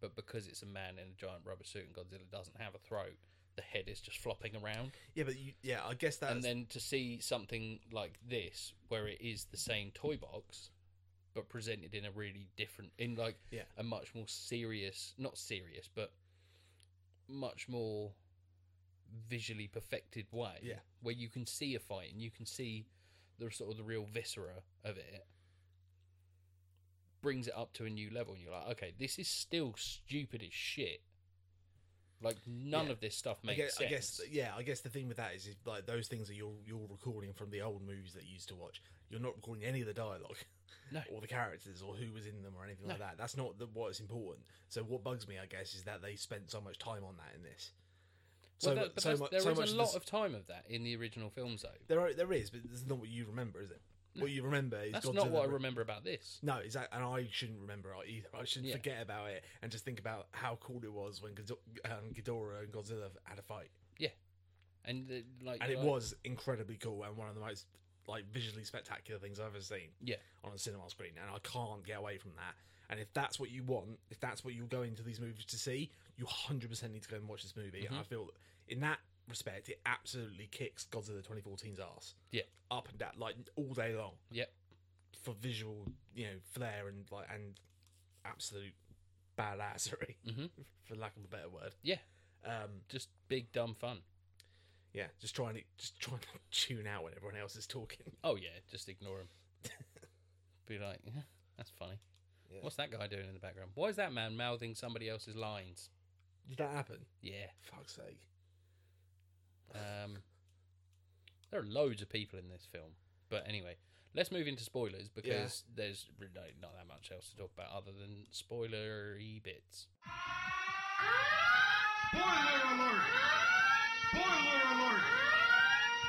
[SPEAKER 3] But because it's a man in a giant rubber suit and Godzilla doesn't have a throat, the head is just flopping around
[SPEAKER 2] Yeah, but you, yeah, I guess that's
[SPEAKER 3] and then to see something like this where it is the same toy box but presented in a really different in like
[SPEAKER 2] Yeah.
[SPEAKER 3] a much more serious not serious but much more visually perfected way
[SPEAKER 2] Yeah.
[SPEAKER 3] where you can see a fight and you can see the sort of the real viscera of it brings it up to a new level and you're like okay this is still stupid as shit like none
[SPEAKER 2] Yeah.
[SPEAKER 3] of this stuff
[SPEAKER 2] I
[SPEAKER 3] makes
[SPEAKER 2] guess, I
[SPEAKER 3] sense
[SPEAKER 2] guess, yeah, I guess the thing with that is, is like those things that you're you're recording from the old movies that you used to watch. You're not recording any of the dialogue,
[SPEAKER 3] No.
[SPEAKER 2] or the characters, or who was in them, or anything like that. That's not the, what is important. So what bugs me, I guess, is that they spent so much time on that in this. So,
[SPEAKER 3] Well,
[SPEAKER 2] mu-
[SPEAKER 3] that- but
[SPEAKER 2] so,
[SPEAKER 3] that's-
[SPEAKER 2] mu-
[SPEAKER 3] there
[SPEAKER 2] so
[SPEAKER 3] is
[SPEAKER 2] much
[SPEAKER 3] a
[SPEAKER 2] of
[SPEAKER 3] lot
[SPEAKER 2] this-
[SPEAKER 3] of time of that in the original films, though.
[SPEAKER 2] there are, there is, but this is not what you remember, is it? What you remember is
[SPEAKER 3] That's
[SPEAKER 2] Godzilla
[SPEAKER 3] not what I
[SPEAKER 2] re-
[SPEAKER 3] remember about this.
[SPEAKER 2] No, exactly, and I shouldn't remember it either. I should
[SPEAKER 3] Yeah.
[SPEAKER 2] forget about it and just think about how cool it was when Godzilla, um, Ghidorah and Godzilla had a fight.
[SPEAKER 3] And the, like,
[SPEAKER 2] and it
[SPEAKER 3] like-
[SPEAKER 2] was incredibly cool and one of the most like visually spectacular things I've ever seen
[SPEAKER 3] Yeah,
[SPEAKER 2] on a cinema screen, and I can't get away from that. And if that's what you want, if that's what you're going to these movies to see, you 100% need to go and watch this movie.
[SPEAKER 3] Mm-hmm.
[SPEAKER 2] And I feel in that respect, it absolutely kicks Godzilla 2014's ass.
[SPEAKER 3] Yeah.
[SPEAKER 2] up and down like all day long.
[SPEAKER 3] Yep.
[SPEAKER 2] for visual, you know, flair and like and absolute badassery,
[SPEAKER 3] Mhm.
[SPEAKER 2] for lack of a better word.
[SPEAKER 3] Yeah.
[SPEAKER 2] Um,
[SPEAKER 3] just big dumb fun.
[SPEAKER 2] yeah, just trying to just trying to tune out when everyone else is talking.
[SPEAKER 3] Oh yeah, just ignore him. Be like, "Yeah, that's funny.
[SPEAKER 2] Yeah.
[SPEAKER 3] What's that guy doing in the background? Why is that man mouthing somebody else's lines?
[SPEAKER 2] Did that happen?
[SPEAKER 3] Yeah.
[SPEAKER 2] Fuck's sake.
[SPEAKER 3] Um, there are loads of people in this film, but anyway, let's move into spoilers because there's really not that much else to talk about other than spoilery bits.
[SPEAKER 4] Boiler alert! Boiler alert!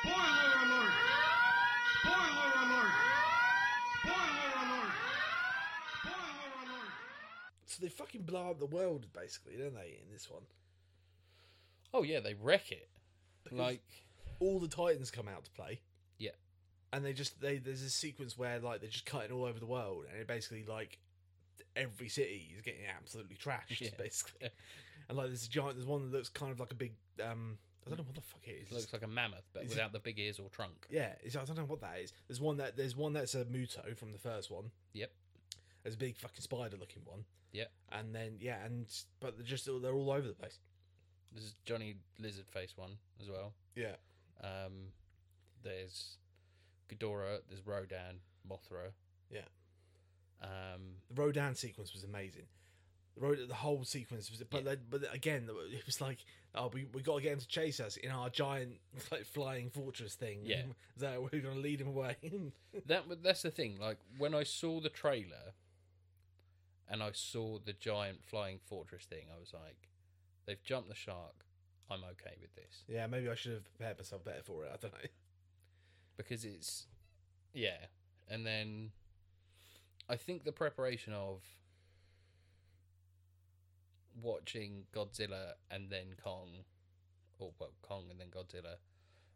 [SPEAKER 4] Boiler alert! Boiler alert! Boiler alert! Boiler alert!
[SPEAKER 2] So they fucking blow up the world basically, don't they, in this one?
[SPEAKER 3] Oh yeah, they wreck it.
[SPEAKER 2] Because-
[SPEAKER 3] Like
[SPEAKER 2] All the Titans come out to play.
[SPEAKER 3] Yeah.
[SPEAKER 2] And they just they there's a sequence where like they're just cutting all over the world and it basically like every city is getting absolutely trashed,
[SPEAKER 3] Yeah.
[SPEAKER 2] basically. and like there's a giant there's one that looks kind of like a big um I don't know what the fuck it is.
[SPEAKER 3] It looks like a mammoth, but
[SPEAKER 2] Is it-
[SPEAKER 3] without the big ears or trunk.
[SPEAKER 2] yeah, it's, I don't know what that is. There's one that there's one that's a Muto from the first one.
[SPEAKER 3] Yep.
[SPEAKER 2] There's a big fucking spider looking one.
[SPEAKER 3] Yep.
[SPEAKER 2] And then yeah, and but they're just they're all over the place.
[SPEAKER 3] This is Johnny Lizard Face one as well.
[SPEAKER 2] Yeah.
[SPEAKER 3] Um, there's Ghidorah, there's Rodan, Mothra.
[SPEAKER 2] Yeah.
[SPEAKER 3] Um,
[SPEAKER 2] The Rodan sequence was amazing. The, Rod- the whole sequence was, but
[SPEAKER 3] Yeah.
[SPEAKER 2] then- but again, it was like, oh, we we got to get him to chase us in our giant like flying fortress thing.
[SPEAKER 3] Yeah.
[SPEAKER 2] that we're gonna lead him away.
[SPEAKER 3] that wa- that's the thing. Like when I saw the trailer, and I saw the giant flying fortress thing, I was like, they've jumped the shark. I'm okay with this
[SPEAKER 2] yeah, maybe I should have prepared myself better for it. I don't know.
[SPEAKER 3] because it's yeah. And then I think the preparation of watching Godzilla and then Kong, or well, Kong and then Godzilla,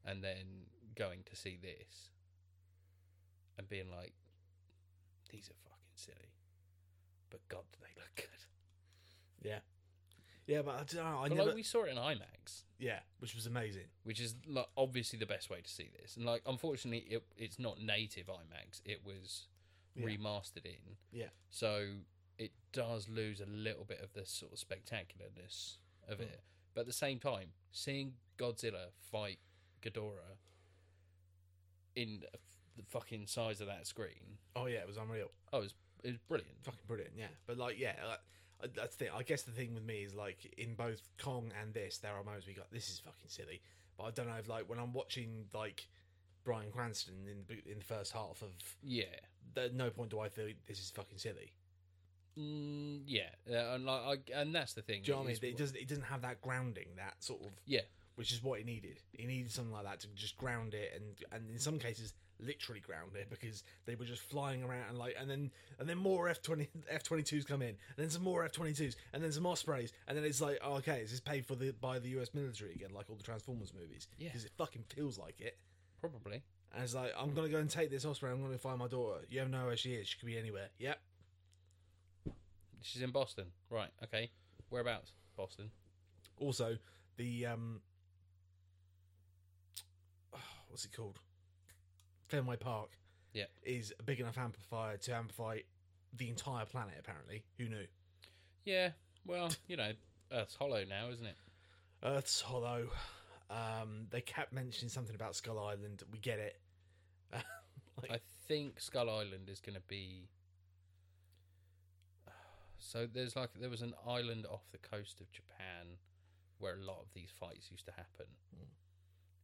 [SPEAKER 3] and then going to see this and being like, these are fucking silly, but God, do they look good.
[SPEAKER 2] Yeah, yeah, but I don't know. I
[SPEAKER 3] but
[SPEAKER 2] never.
[SPEAKER 3] like we saw it in IMAX,
[SPEAKER 2] Yeah, which was amazing.
[SPEAKER 3] which is like obviously the best way to see this. And like, unfortunately, it it's not native IMAX. It was
[SPEAKER 2] Yeah.
[SPEAKER 3] remastered in.
[SPEAKER 2] Yeah.
[SPEAKER 3] So it does lose a little bit of the sort of spectacularness of
[SPEAKER 2] Hmm.
[SPEAKER 3] it. But at the same time, seeing Godzilla fight Ghidorah in a f- the fucking size of that screen,
[SPEAKER 2] Oh yeah, it was unreal.
[SPEAKER 3] oh, it was, it was brilliant.
[SPEAKER 2] Fucking brilliant. Yeah, but like yeah. Like, I- that's the thing. I guess the thing with me is like in both Kong and this, there are moments we got this is fucking silly, but I don't know if like when I'm watching like Brian Cranston in the, bo- in the first half of
[SPEAKER 3] Yeah.
[SPEAKER 2] at no point do I feel this is fucking silly.
[SPEAKER 3] Mm, yeah, uh, and like, I, and that's the thing.
[SPEAKER 2] Do you know what I mean?
[SPEAKER 3] is-
[SPEAKER 2] It doesn't. It doesn't have that grounding. That sort of
[SPEAKER 3] Yeah,
[SPEAKER 2] which is what it needed. It needed something like that to just ground it, and and in some cases literally ground it because they were just flying around and like, and then and then more F twenty F twenty twos come in, and then some more F twenty twos, and then some Ospreys, and then it's like, oh, okay, is this paid for the by the U.S. military again, like all the Transformers movies?
[SPEAKER 3] Yeah.
[SPEAKER 2] because it fucking feels like it.
[SPEAKER 3] probably.
[SPEAKER 2] And it's like, I'm gonna go and take this Osprey. I'm gonna find my daughter. You don't know where she is. She could be anywhere. Yep.
[SPEAKER 3] She's in Boston, right? Okay, whereabouts? Boston.
[SPEAKER 2] Also, the um, what's it called? Fenway Park.
[SPEAKER 3] Yeah.
[SPEAKER 2] is a big enough amplifier to amplify the entire planet. Apparently, who knew?
[SPEAKER 3] Yeah, well, you know, Earth's hollow now, isn't it?
[SPEAKER 2] Earth's hollow. Um, they kept mentioning something about Skull Island. We get it.
[SPEAKER 3] I think Skull Island is going to be. So there's like there was an island off the coast of Japan where a lot of these fights used to happen
[SPEAKER 2] Hmm.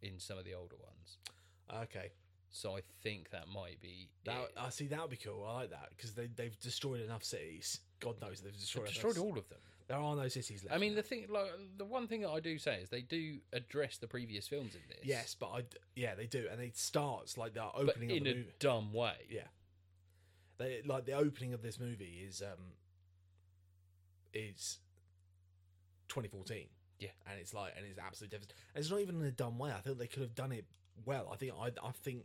[SPEAKER 3] in some of the older ones.
[SPEAKER 2] Okay,
[SPEAKER 3] So I think that might be
[SPEAKER 2] that
[SPEAKER 3] it.
[SPEAKER 2] I see. That would uh, be cool. I like that because they they've destroyed enough cities. God knows they've
[SPEAKER 3] They've
[SPEAKER 2] destroyed.
[SPEAKER 3] destroyed
[SPEAKER 2] enough-
[SPEAKER 3] all of them.
[SPEAKER 2] There are no cities left.
[SPEAKER 3] I mean,
[SPEAKER 2] now.
[SPEAKER 3] the thing, like the one thing that I do say is they do address the previous films in this.
[SPEAKER 2] yes, but I d- yeah they do, and it starts like the
[SPEAKER 3] but
[SPEAKER 2] opening of
[SPEAKER 3] in
[SPEAKER 2] the
[SPEAKER 3] a
[SPEAKER 2] movie.
[SPEAKER 3] dumb way.
[SPEAKER 2] Yeah. They, like the opening of this movie is um is 2014.
[SPEAKER 3] Yeah.
[SPEAKER 2] and it's like and it's absolute devast- and It's not even in a dumb way. I think they could have done it well. I think I I think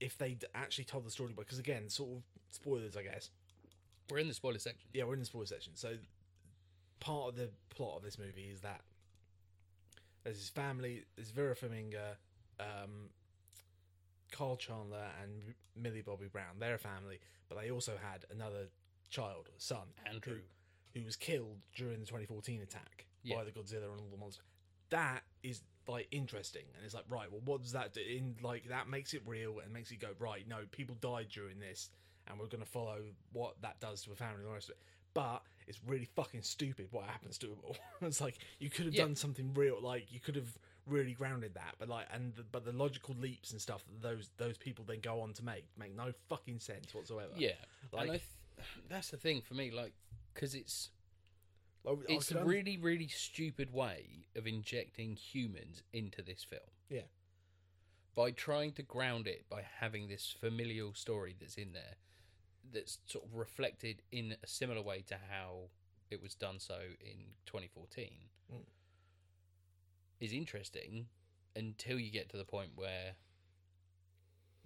[SPEAKER 2] if they actually told the story, because again, sort of spoilers, I guess.
[SPEAKER 3] We're in the spoiler section.
[SPEAKER 2] Yeah, we're in the spoiler section. So part of the plot of this movie is that there's his family, there's Vera Farmiga, um, Carl Chandler, and Millie Bobby Brown. They're a family, but they also had another child, a son,
[SPEAKER 3] Andrew.
[SPEAKER 2] who, who was killed during the 2014 attack
[SPEAKER 3] Yeah.
[SPEAKER 2] by the Godzilla and all the monsters. That is like interesting, and it's like right, well, what does that do? In like that makes it real and makes it go right. No, people died during this, and we're going to follow what that does to a family and all the rest of it. But it's really fucking stupid what happens to them all. it's like you could have
[SPEAKER 3] Yeah.
[SPEAKER 2] done something real, like you could have really grounded that. But like, and the, but the logical leaps and stuff that those those people then go on to make make no fucking sense whatsoever.
[SPEAKER 3] Yeah,
[SPEAKER 2] Like-
[SPEAKER 3] and I th- that's the thing for me, like, because it's
[SPEAKER 2] Like, I
[SPEAKER 3] it's
[SPEAKER 2] could
[SPEAKER 3] a
[SPEAKER 2] un-
[SPEAKER 3] really really stupid way of injecting humans into this film
[SPEAKER 2] yeah.
[SPEAKER 3] by trying to ground it by having this familial story that's in there that's sort of reflected in a similar way to how it was done so in 2014
[SPEAKER 2] Mm.
[SPEAKER 3] is interesting until you get to the point where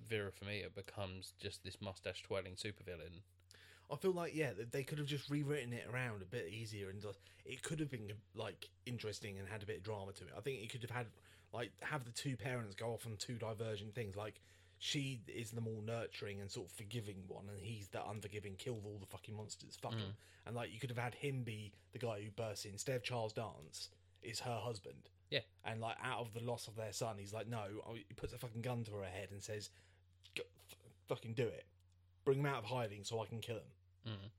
[SPEAKER 3] Vera Farmiga becomes just this mustache twirling supervillain.
[SPEAKER 2] I feel like yeah, that they could have just rewritten it around a bit easier, and just- it could have been like interesting and had a bit of drama to it. I think it could have had like have the two parents go off on two divergent things. Like she is the more nurturing and sort of forgiving one, and he's the unforgiving. Killed all the fucking monsters, fuck him. And like you could have had him be the guy who bursts in instead of Charles Dance is her husband.
[SPEAKER 3] Yeah.
[SPEAKER 2] And like out of the loss of their son, he's like, no, oh," he puts a fucking gun to her head and says, "Go- f- fucking do it. Bring him out of hiding so I can kill him
[SPEAKER 3] Mm.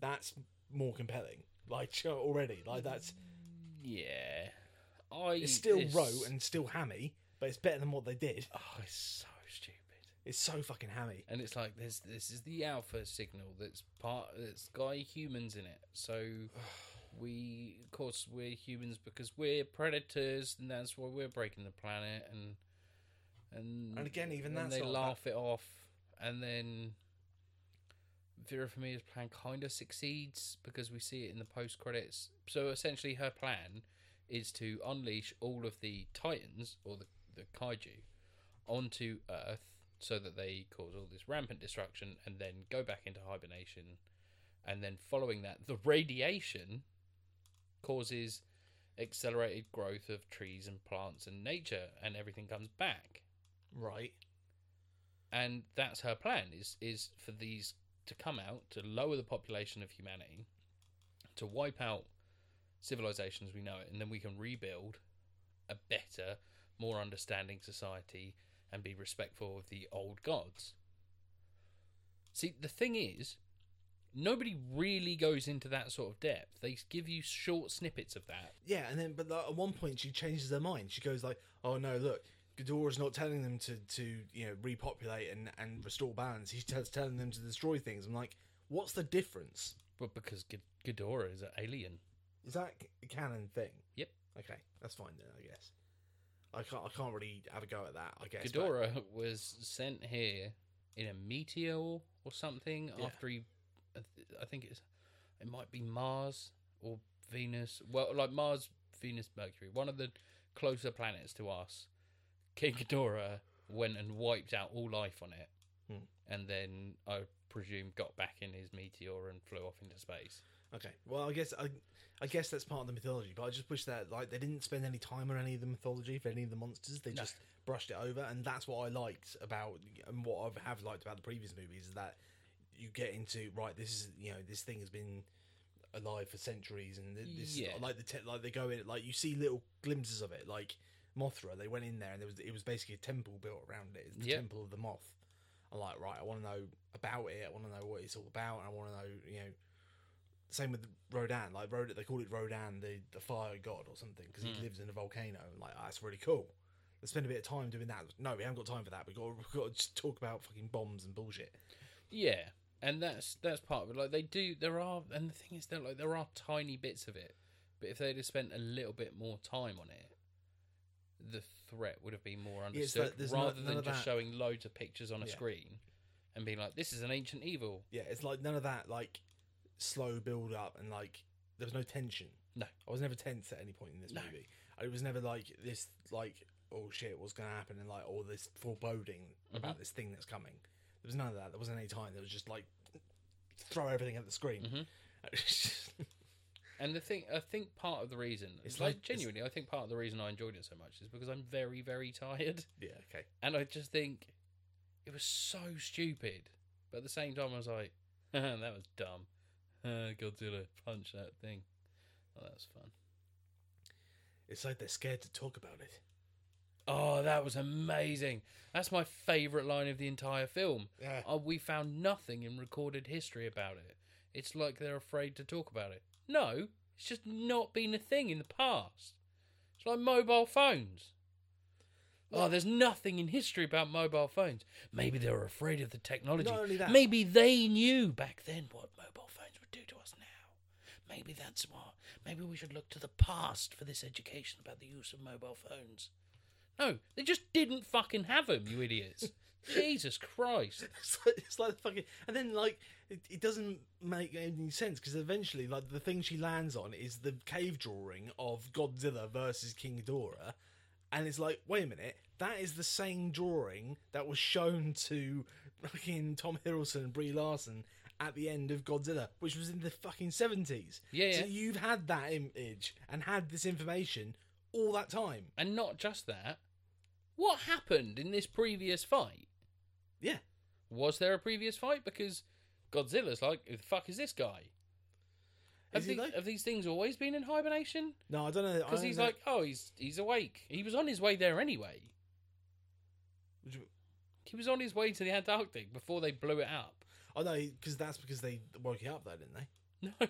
[SPEAKER 2] that's more compelling. Like sure, already, like that's
[SPEAKER 3] Yeah. I
[SPEAKER 2] it's still
[SPEAKER 3] it's-
[SPEAKER 2] row and still hammy, but it's better than what they did.
[SPEAKER 3] Oh, it's so stupid.
[SPEAKER 2] It's so fucking hammy.
[SPEAKER 3] and it's like this this is the alpha signal that's part that's got humans in it so we of course we're humans because we're predators and that's why we're breaking the planet and and
[SPEAKER 2] And again, even
[SPEAKER 3] and
[SPEAKER 2] that's
[SPEAKER 3] they
[SPEAKER 2] not
[SPEAKER 3] laugh it off and then Vera Farmiga's plan kind of succeeds because we see it in the post credits so essentially her plan is to unleash all of the titans or the, the kaiju onto Earth so that they cause all this rampant destruction and then go back into hibernation. And then following that, the radiation causes accelerated growth of trees and plants and nature, and everything comes back.
[SPEAKER 2] Right.
[SPEAKER 3] And that's her plan is is for these to come out to lower the population of humanity, to wipe out civilization as we know it, and then we can rebuild a better, more understanding society and be respectful of the old gods. See, the thing is, nobody really goes into that sort of depth. They give you short snippets of that.
[SPEAKER 2] Yeah, and then but like, at one point she changes her mind. She goes like, "Oh no, look, Ghidorah's not telling them to to you know repopulate and and restore balance. He's just telling them to destroy things." I'm like, What's the difference?
[SPEAKER 3] But because G- Ghidorah is an alien.
[SPEAKER 2] Is that a canon thing?
[SPEAKER 3] Yep.
[SPEAKER 2] Okay, that's fine then, I guess. I can't. I can't really have a go at that. I guess. but-
[SPEAKER 3] Ghidorah was sent here in a meteor or something
[SPEAKER 2] Yeah.
[SPEAKER 3] after he. I th- I think it's. It might be Mars or Venus. Well, like Mars, Venus, Mercury. One of the closer planets to us. King Ghidorah went and wiped out all life on it.
[SPEAKER 2] Hmm.
[SPEAKER 3] And then I presume got back in his meteor and flew off into space.
[SPEAKER 2] Okay. Well, I guess I, I guess that's part of the mythology, but I just wish that like they didn't spend any time on any of the mythology for any of the monsters. They
[SPEAKER 3] No.
[SPEAKER 2] just brushed it over, and that's what I liked about and what I have liked about the previous movies is that you get into right. This is you know this thing has been alive for centuries, and th- this
[SPEAKER 3] Yeah.
[SPEAKER 2] is like the te- like they go in like you see little glimpses of it, like Mothra. They went in there, and there was it was basically a temple built around it. It's the
[SPEAKER 3] Yep.
[SPEAKER 2] temple of the moth. I'm like, right, I want to know about it. I want to know what it's all about. And I want to know, you know, same with Rodan. Like Rodan, they called it Rodan, the, the fire god or something, because he lives in a volcano. I'm like, "Ah, that's really cool. Let's spend a bit of time doing that. No, we haven't got time for that. We've got, we've got to just talk about fucking bombs and bullshit.
[SPEAKER 3] Yeah, and that's that's part of it. Like they do, there are, and the thing is that like there are tiny bits of it, but if they'd have spent a little bit more time on it, the threat would have been more
[SPEAKER 2] Yeah, it's
[SPEAKER 3] understood
[SPEAKER 2] like there's no-
[SPEAKER 3] rather
[SPEAKER 2] none
[SPEAKER 3] than
[SPEAKER 2] of
[SPEAKER 3] just
[SPEAKER 2] that-
[SPEAKER 3] showing loads of pictures on a
[SPEAKER 2] Yeah.
[SPEAKER 3] screen and being like, "This is an ancient evil."
[SPEAKER 2] Yeah, it's like none of that, like, slow build up and, like, there was no tension.
[SPEAKER 3] No.
[SPEAKER 2] I was never tense at any point in this
[SPEAKER 3] No.
[SPEAKER 2] movie. It was never like this, like, oh shit, what's going to happen? And, like, all this foreboding
[SPEAKER 3] Mm-hmm.
[SPEAKER 2] about this thing that's coming. There was none of that. There wasn't any time. There was just, like, throw everything at the screen.
[SPEAKER 3] Mm-hmm. Mm. And the thing, I think part of the reason,
[SPEAKER 2] It's
[SPEAKER 3] it's
[SPEAKER 2] like-
[SPEAKER 3] like genuinely, I think part of the reason I enjoyed it so much is because I'm very, very tired,
[SPEAKER 2] yeah, okay.
[SPEAKER 3] and I just think it was so stupid. But at the same time, I was like, that was dumb. Uh, Godzilla, punch that thing. Oh, that was fun.
[SPEAKER 2] It's like they're scared to talk about it.
[SPEAKER 3] Oh, that was amazing. That's my favourite line of the entire film.
[SPEAKER 2] Yeah.
[SPEAKER 3] Oh, we found nothing in recorded history about it. It's like they're afraid to talk about it. No, it's just not been a thing in the past. It's like mobile phones. Oh, there's nothing in history about mobile phones. Maybe they were afraid of the technology.
[SPEAKER 2] Not only that-
[SPEAKER 3] Maybe they knew back then what mobile phones would do to us now. Maybe that's what. Maybe we should look to the past for this education about the use of mobile phones. No, they just didn't fucking have them, you idiots. Jesus Christ.
[SPEAKER 2] It's like, it's like the fucking, and then like it, it doesn't make any sense because eventually, like the thing she lands on is the cave drawing of Godzilla versus King Ghidorah, and it's like, wait a minute, that is the same drawing that was shown to fucking Tom Hiddleston and Brie Larson at the end of Godzilla, which was in the fucking seventies.
[SPEAKER 3] Yeah,
[SPEAKER 2] so
[SPEAKER 3] yeah.
[SPEAKER 2] you've had that image and had this information all that time.
[SPEAKER 3] And not just that. What happened in this previous fight?
[SPEAKER 2] Yeah,
[SPEAKER 3] Was there a previous fight? Because Godzilla's like, who the fuck is this guy? Have,
[SPEAKER 2] Is he
[SPEAKER 3] the-
[SPEAKER 2] though?
[SPEAKER 3] have these things always been in hibernation?
[SPEAKER 2] no, I don't know. I
[SPEAKER 3] Because
[SPEAKER 2] don't
[SPEAKER 3] he's
[SPEAKER 2] know.
[SPEAKER 3] like, oh, he's he's awake. He was on his way there anyway.
[SPEAKER 2] Would you-
[SPEAKER 3] He was on his way to the Antarctic before they blew it up.
[SPEAKER 2] Oh no, because that's because they woke you up though, didn't they?
[SPEAKER 3] No.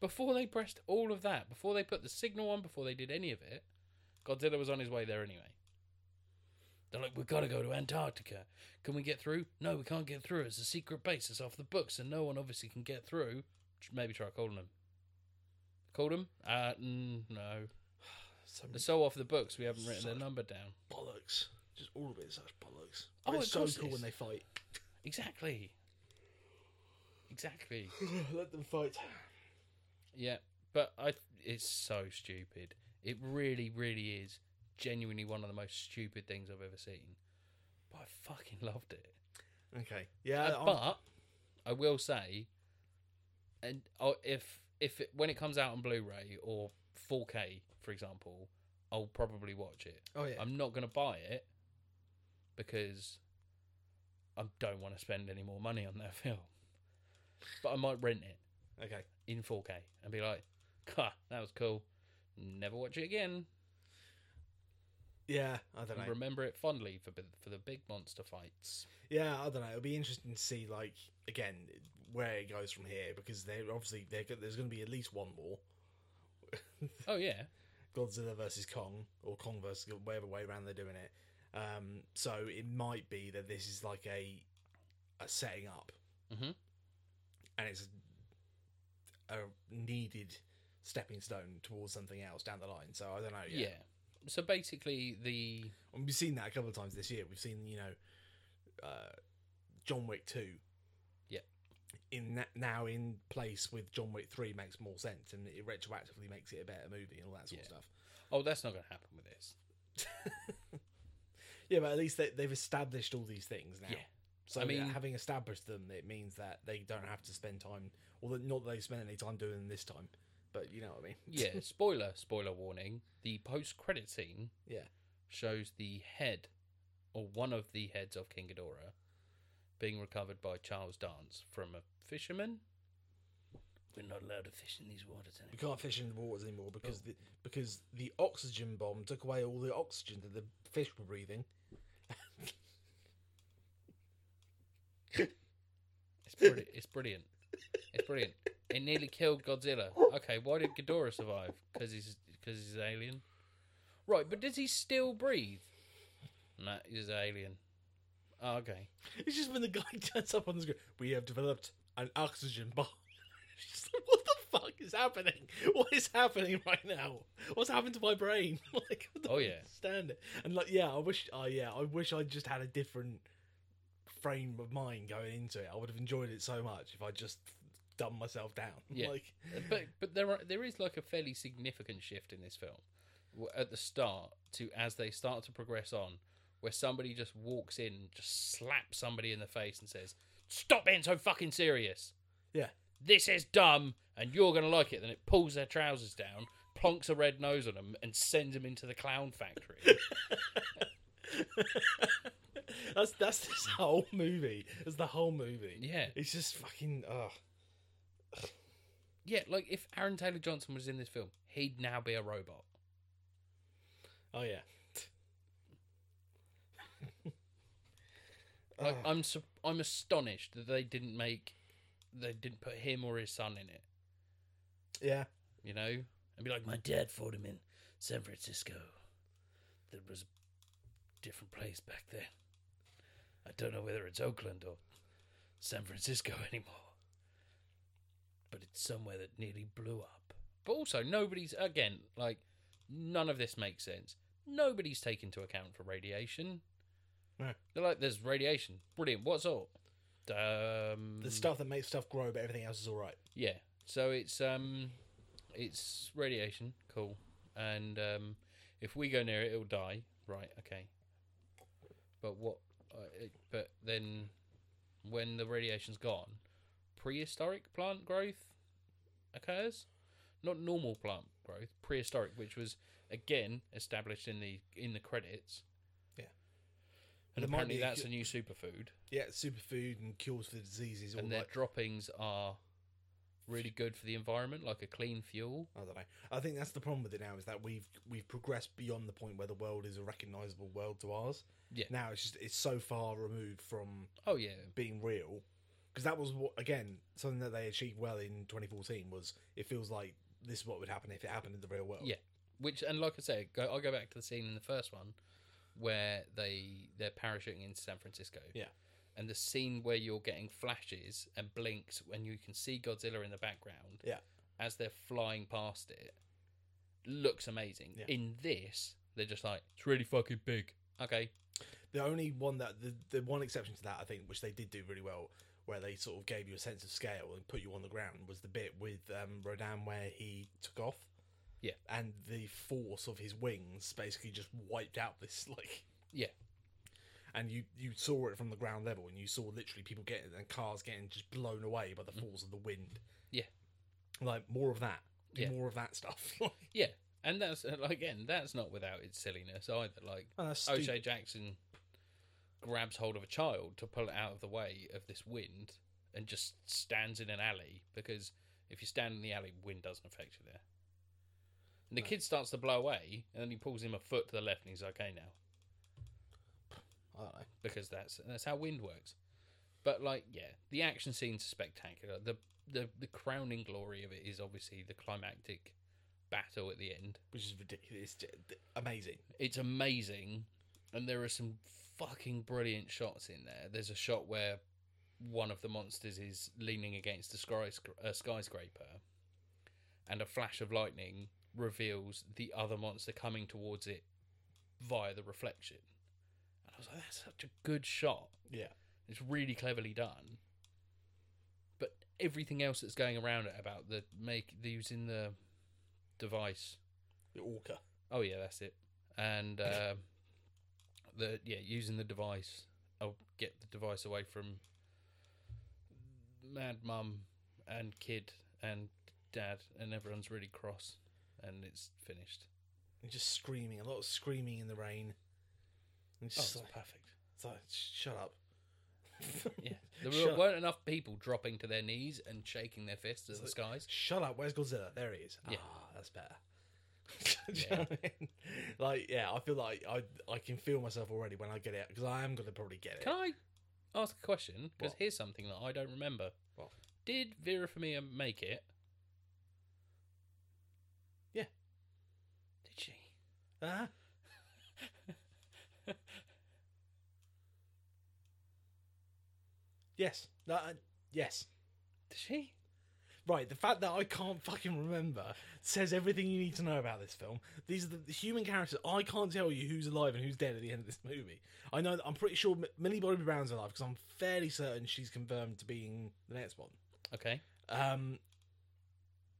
[SPEAKER 3] Before they pressed all of that, before they put the signal on, before they did any of it, Godzilla was on his way there anyway. They're like, we've got to go to Antarctica. Can we get through? No, we can't get through. It's a secret base. It's off the books, and no one obviously can get through. Tr- Maybe try calling them. Called them? Uh, mm, no.
[SPEAKER 2] So
[SPEAKER 3] They're
[SPEAKER 2] many
[SPEAKER 3] so off the books, we haven't written their number down.
[SPEAKER 2] bollocks. Just all of it is such bollocks.
[SPEAKER 3] Oh,
[SPEAKER 2] Oh, it's
[SPEAKER 3] of
[SPEAKER 2] so
[SPEAKER 3] course
[SPEAKER 2] cool
[SPEAKER 3] it
[SPEAKER 2] when
[SPEAKER 3] is.
[SPEAKER 2] they fight.
[SPEAKER 3] Exactly. Exactly.
[SPEAKER 2] Let them fight.
[SPEAKER 3] Yeah, but I it's so stupid. It really, really is genuinely one of the most stupid things I've ever seen. But I fucking loved it.
[SPEAKER 2] Okay. Yeah.
[SPEAKER 3] Uh,
[SPEAKER 2] I'm-
[SPEAKER 3] but I will say, and I'll, if if it, when it comes out on Blu-ray or 4K, for example, I'll probably watch it.
[SPEAKER 2] oh yeah.
[SPEAKER 3] I'm not going to buy it because I don't want to spend any more money on that film. But I might rent it
[SPEAKER 2] okay.
[SPEAKER 3] in 4K and be like, "Ha, that was cool. Never watch it again."
[SPEAKER 2] Yeah. I don't
[SPEAKER 3] And
[SPEAKER 2] know.
[SPEAKER 3] remember it fondly for b- for the big monster fights.
[SPEAKER 2] Yeah. I don't know. It'll be interesting to see like again where it goes from here because they obviously they're, go- there's going to be at least one more
[SPEAKER 3] Oh yeah,
[SPEAKER 2] Godzilla versus Kong or Kong versus whatever way around they're doing it. Um, so it might be that this is like a a setting up
[SPEAKER 3] Mhm.
[SPEAKER 2] and it's a needed stepping stone towards something else down the line. So I don't know.
[SPEAKER 5] Oh,
[SPEAKER 3] Yeah. So basically, the
[SPEAKER 2] And we've seen that a couple of times this year. We've seen, you know, uh, John Wick 2.
[SPEAKER 3] Yeah.
[SPEAKER 2] In that, now in place with John Wick 3 makes more sense and it retroactively makes it a better movie and all that sort of
[SPEAKER 3] Yeah.
[SPEAKER 2] stuff.
[SPEAKER 3] oh, that's not going to happen with this.
[SPEAKER 2] Yeah, but at least they, they've established all these things now.
[SPEAKER 3] Yeah.
[SPEAKER 2] So
[SPEAKER 3] I
[SPEAKER 2] I mean,
[SPEAKER 3] mean-
[SPEAKER 2] having established them, it means that they don't have to spend time, or that not that they spent any time doing them this time, but you know what I mean.
[SPEAKER 3] Yeah. spoiler. Spoiler warning. The post-credit scene
[SPEAKER 2] Yeah.
[SPEAKER 3] shows the head, or one of the heads of King Ghidorah, being recovered by Charles Dance from a fisherman.
[SPEAKER 5] We're not allowed to fish in these waters anymore.
[SPEAKER 2] We can't fish in the waters anymore because
[SPEAKER 3] Oh.
[SPEAKER 2] the because the oxygen bomb took away all the oxygen that the fish were breathing.
[SPEAKER 3] It's brilliant. it's brilliant. It's brilliant. It nearly killed Godzilla. Okay, why did Ghidorah survive? Because he's because he's an alien, right? But does he still breathe? Nah, he's an alien. Oh, okay.
[SPEAKER 2] It's just when the guy turns up on the screen, we have developed an oxygen bomb. It's just like, what the fuck is happening? What is happening right now? What's happened to my brain? like, I don't
[SPEAKER 3] Oh, yeah.
[SPEAKER 2] understand it. And like, yeah, I wish, oh yeah, I wish I just had a different frame of mind going into it. I would have enjoyed it so much if I just dumbed myself down.
[SPEAKER 3] Yeah.
[SPEAKER 2] Like,
[SPEAKER 3] But but there are there is like a fairly significant shift in this film w- at the start to as they start to progress on, where somebody just walks in, and just slaps somebody in the face, and says, "Stop being so fucking serious."
[SPEAKER 2] yeah,
[SPEAKER 3] this is dumb and you're going to like it. Then it pulls their trousers down, plonks a red nose on them, and sends them into the clown factory.
[SPEAKER 2] that's that's this whole movie. That's the whole movie.
[SPEAKER 3] yeah.
[SPEAKER 2] It's just fucking. oh, Ugh.
[SPEAKER 3] Yeah, like if Aaron Taylor Johnson was in this film, he'd now be a robot.
[SPEAKER 2] Oh yeah.
[SPEAKER 3] Like I'm su- I'm astonished that they didn't make they didn't put him or his son in it,
[SPEAKER 2] Yeah.
[SPEAKER 3] you know? And be like,
[SPEAKER 5] My dad fought him in San Francisco. There was a different place back then. I don't know whether it's Oakland or San Francisco anymore. But it's somewhere that nearly blew up.
[SPEAKER 3] but also nobody's again, like none of this makes sense. Nobody's taken into account for radiation.
[SPEAKER 2] No.
[SPEAKER 3] They're like, there's radiation. Brilliant. What sort? Um,
[SPEAKER 2] The stuff that makes stuff grow, but everything else is all right.
[SPEAKER 3] Yeah. So it's um, it's radiation, cool, and um, if we go near it, it'll die. Right. Okay. But what? Uh, it, but then, when the radiation's gone, prehistoric plant growth occurs. Not normal plant growth, prehistoric, which was again established in the in the credits.
[SPEAKER 2] Yeah.
[SPEAKER 3] And
[SPEAKER 2] There might
[SPEAKER 3] apparently
[SPEAKER 2] be a
[SPEAKER 3] that's
[SPEAKER 2] cu-
[SPEAKER 3] a new superfood
[SPEAKER 2] Yeah, superfood and cures for diseases. All
[SPEAKER 3] and their
[SPEAKER 2] like,
[SPEAKER 3] droppings are really good for the environment, like a clean fuel.
[SPEAKER 2] I don't know. I think that's the problem with it now is that we've we've progressed beyond the point where the world is a recognizable world to ours.
[SPEAKER 3] Yeah.
[SPEAKER 2] Now it's just it's so far removed from
[SPEAKER 3] Oh yeah,
[SPEAKER 2] being real because that was what again something that they achieved well in 2014 was it feels like this is what would happen if it happened in the real world.
[SPEAKER 3] yeah. Which and like I say, go, I'll go back to the scene in the first one where they they're parachuting into San Francisco.
[SPEAKER 2] Yeah.
[SPEAKER 3] And the scene where you're getting flashes and blinks when you can see Godzilla in the background
[SPEAKER 2] Yeah.
[SPEAKER 3] as they're flying past it looks amazing.
[SPEAKER 2] Yeah.
[SPEAKER 3] In this, they're just like it's really fucking big. Okay.
[SPEAKER 2] The only one that the, the one exception to that I think, which they did do really well, where they sort of gave you a sense of scale and put you on the ground, was the bit with um, Rodan where he took off.
[SPEAKER 3] Yeah.
[SPEAKER 2] and the force of his wings basically just wiped out this like,
[SPEAKER 3] Yeah.
[SPEAKER 2] and you you saw it from the ground level, and you saw literally people getting and cars getting just blown away by the force of the
[SPEAKER 3] Mm.
[SPEAKER 2] wind.
[SPEAKER 3] Yeah.
[SPEAKER 2] Like more of that,
[SPEAKER 3] Yeah.
[SPEAKER 2] more of that stuff. Like,
[SPEAKER 3] Yeah. And that's and again, that's not without its silliness either. Like
[SPEAKER 2] oh, that's stupid.
[SPEAKER 3] OJ Jackson grabs hold of a child to pull it out of the way of this wind and just stands in an alley because if you stand in the alley, wind doesn't affect you there. And the kid starts to blow away, and then he pulls him a foot to the left, and he's okay now
[SPEAKER 2] I don't know.
[SPEAKER 3] because that's that's how wind works. But like, yeah, the action scenes are spectacular. The the the crowning glory of it is obviously the climactic battle at the end.
[SPEAKER 2] Which is ridiculous. It's j- amazing.
[SPEAKER 3] it's amazing and there are some fucking brilliant shots in there there's a shot where one of the monsters is leaning against a, skyscra- a skyscraper, and a flash of lightning reveals the other monster coming towards it via the reflection. And I was like, that's such a good shot.
[SPEAKER 2] Yeah.
[SPEAKER 3] It's really cleverly done. But everything else that's going around it about the make the using the device.
[SPEAKER 2] The orca.
[SPEAKER 3] Oh yeah, that's it. And uh, the yeah, using the device. I'll get the device away from Mad Mum and Kid and Dad, and everyone's really cross, and it's finished.
[SPEAKER 2] And just screaming, a lot of screaming in the rain. And it's
[SPEAKER 3] Oh,
[SPEAKER 2] just
[SPEAKER 3] it's
[SPEAKER 2] like, perfect. It's like, "Sh- shut up.
[SPEAKER 3] Yeah, there
[SPEAKER 2] Shut-
[SPEAKER 3] weren't enough people dropping to their knees and shaking their fists at the skies.
[SPEAKER 2] Shut up. Where's Godzilla? There he is.
[SPEAKER 3] Yeah.
[SPEAKER 2] Ah, that's better. Do you know what I mean? Like, yeah, I feel like I I can feel myself already when I get it because I am going to probably get it.
[SPEAKER 3] Can I ask a question? Because
[SPEAKER 2] What?
[SPEAKER 3] here's something that I don't remember.
[SPEAKER 2] What?
[SPEAKER 3] Did Vera Farmiga make it?
[SPEAKER 2] Yeah.
[SPEAKER 3] Did she?
[SPEAKER 2] Huh? yes. No, I- yes.
[SPEAKER 3] Did she?
[SPEAKER 2] Right, the fact that I can't fucking remember says everything you need to know about this film. These are the, the human characters. I can't tell you who's alive and who's dead at the end of this movie. I know that I'm pretty sure M- Millie Bobby Brown's alive because I'm fairly certain she's confirmed to being the next one.
[SPEAKER 3] Okay.
[SPEAKER 2] Um,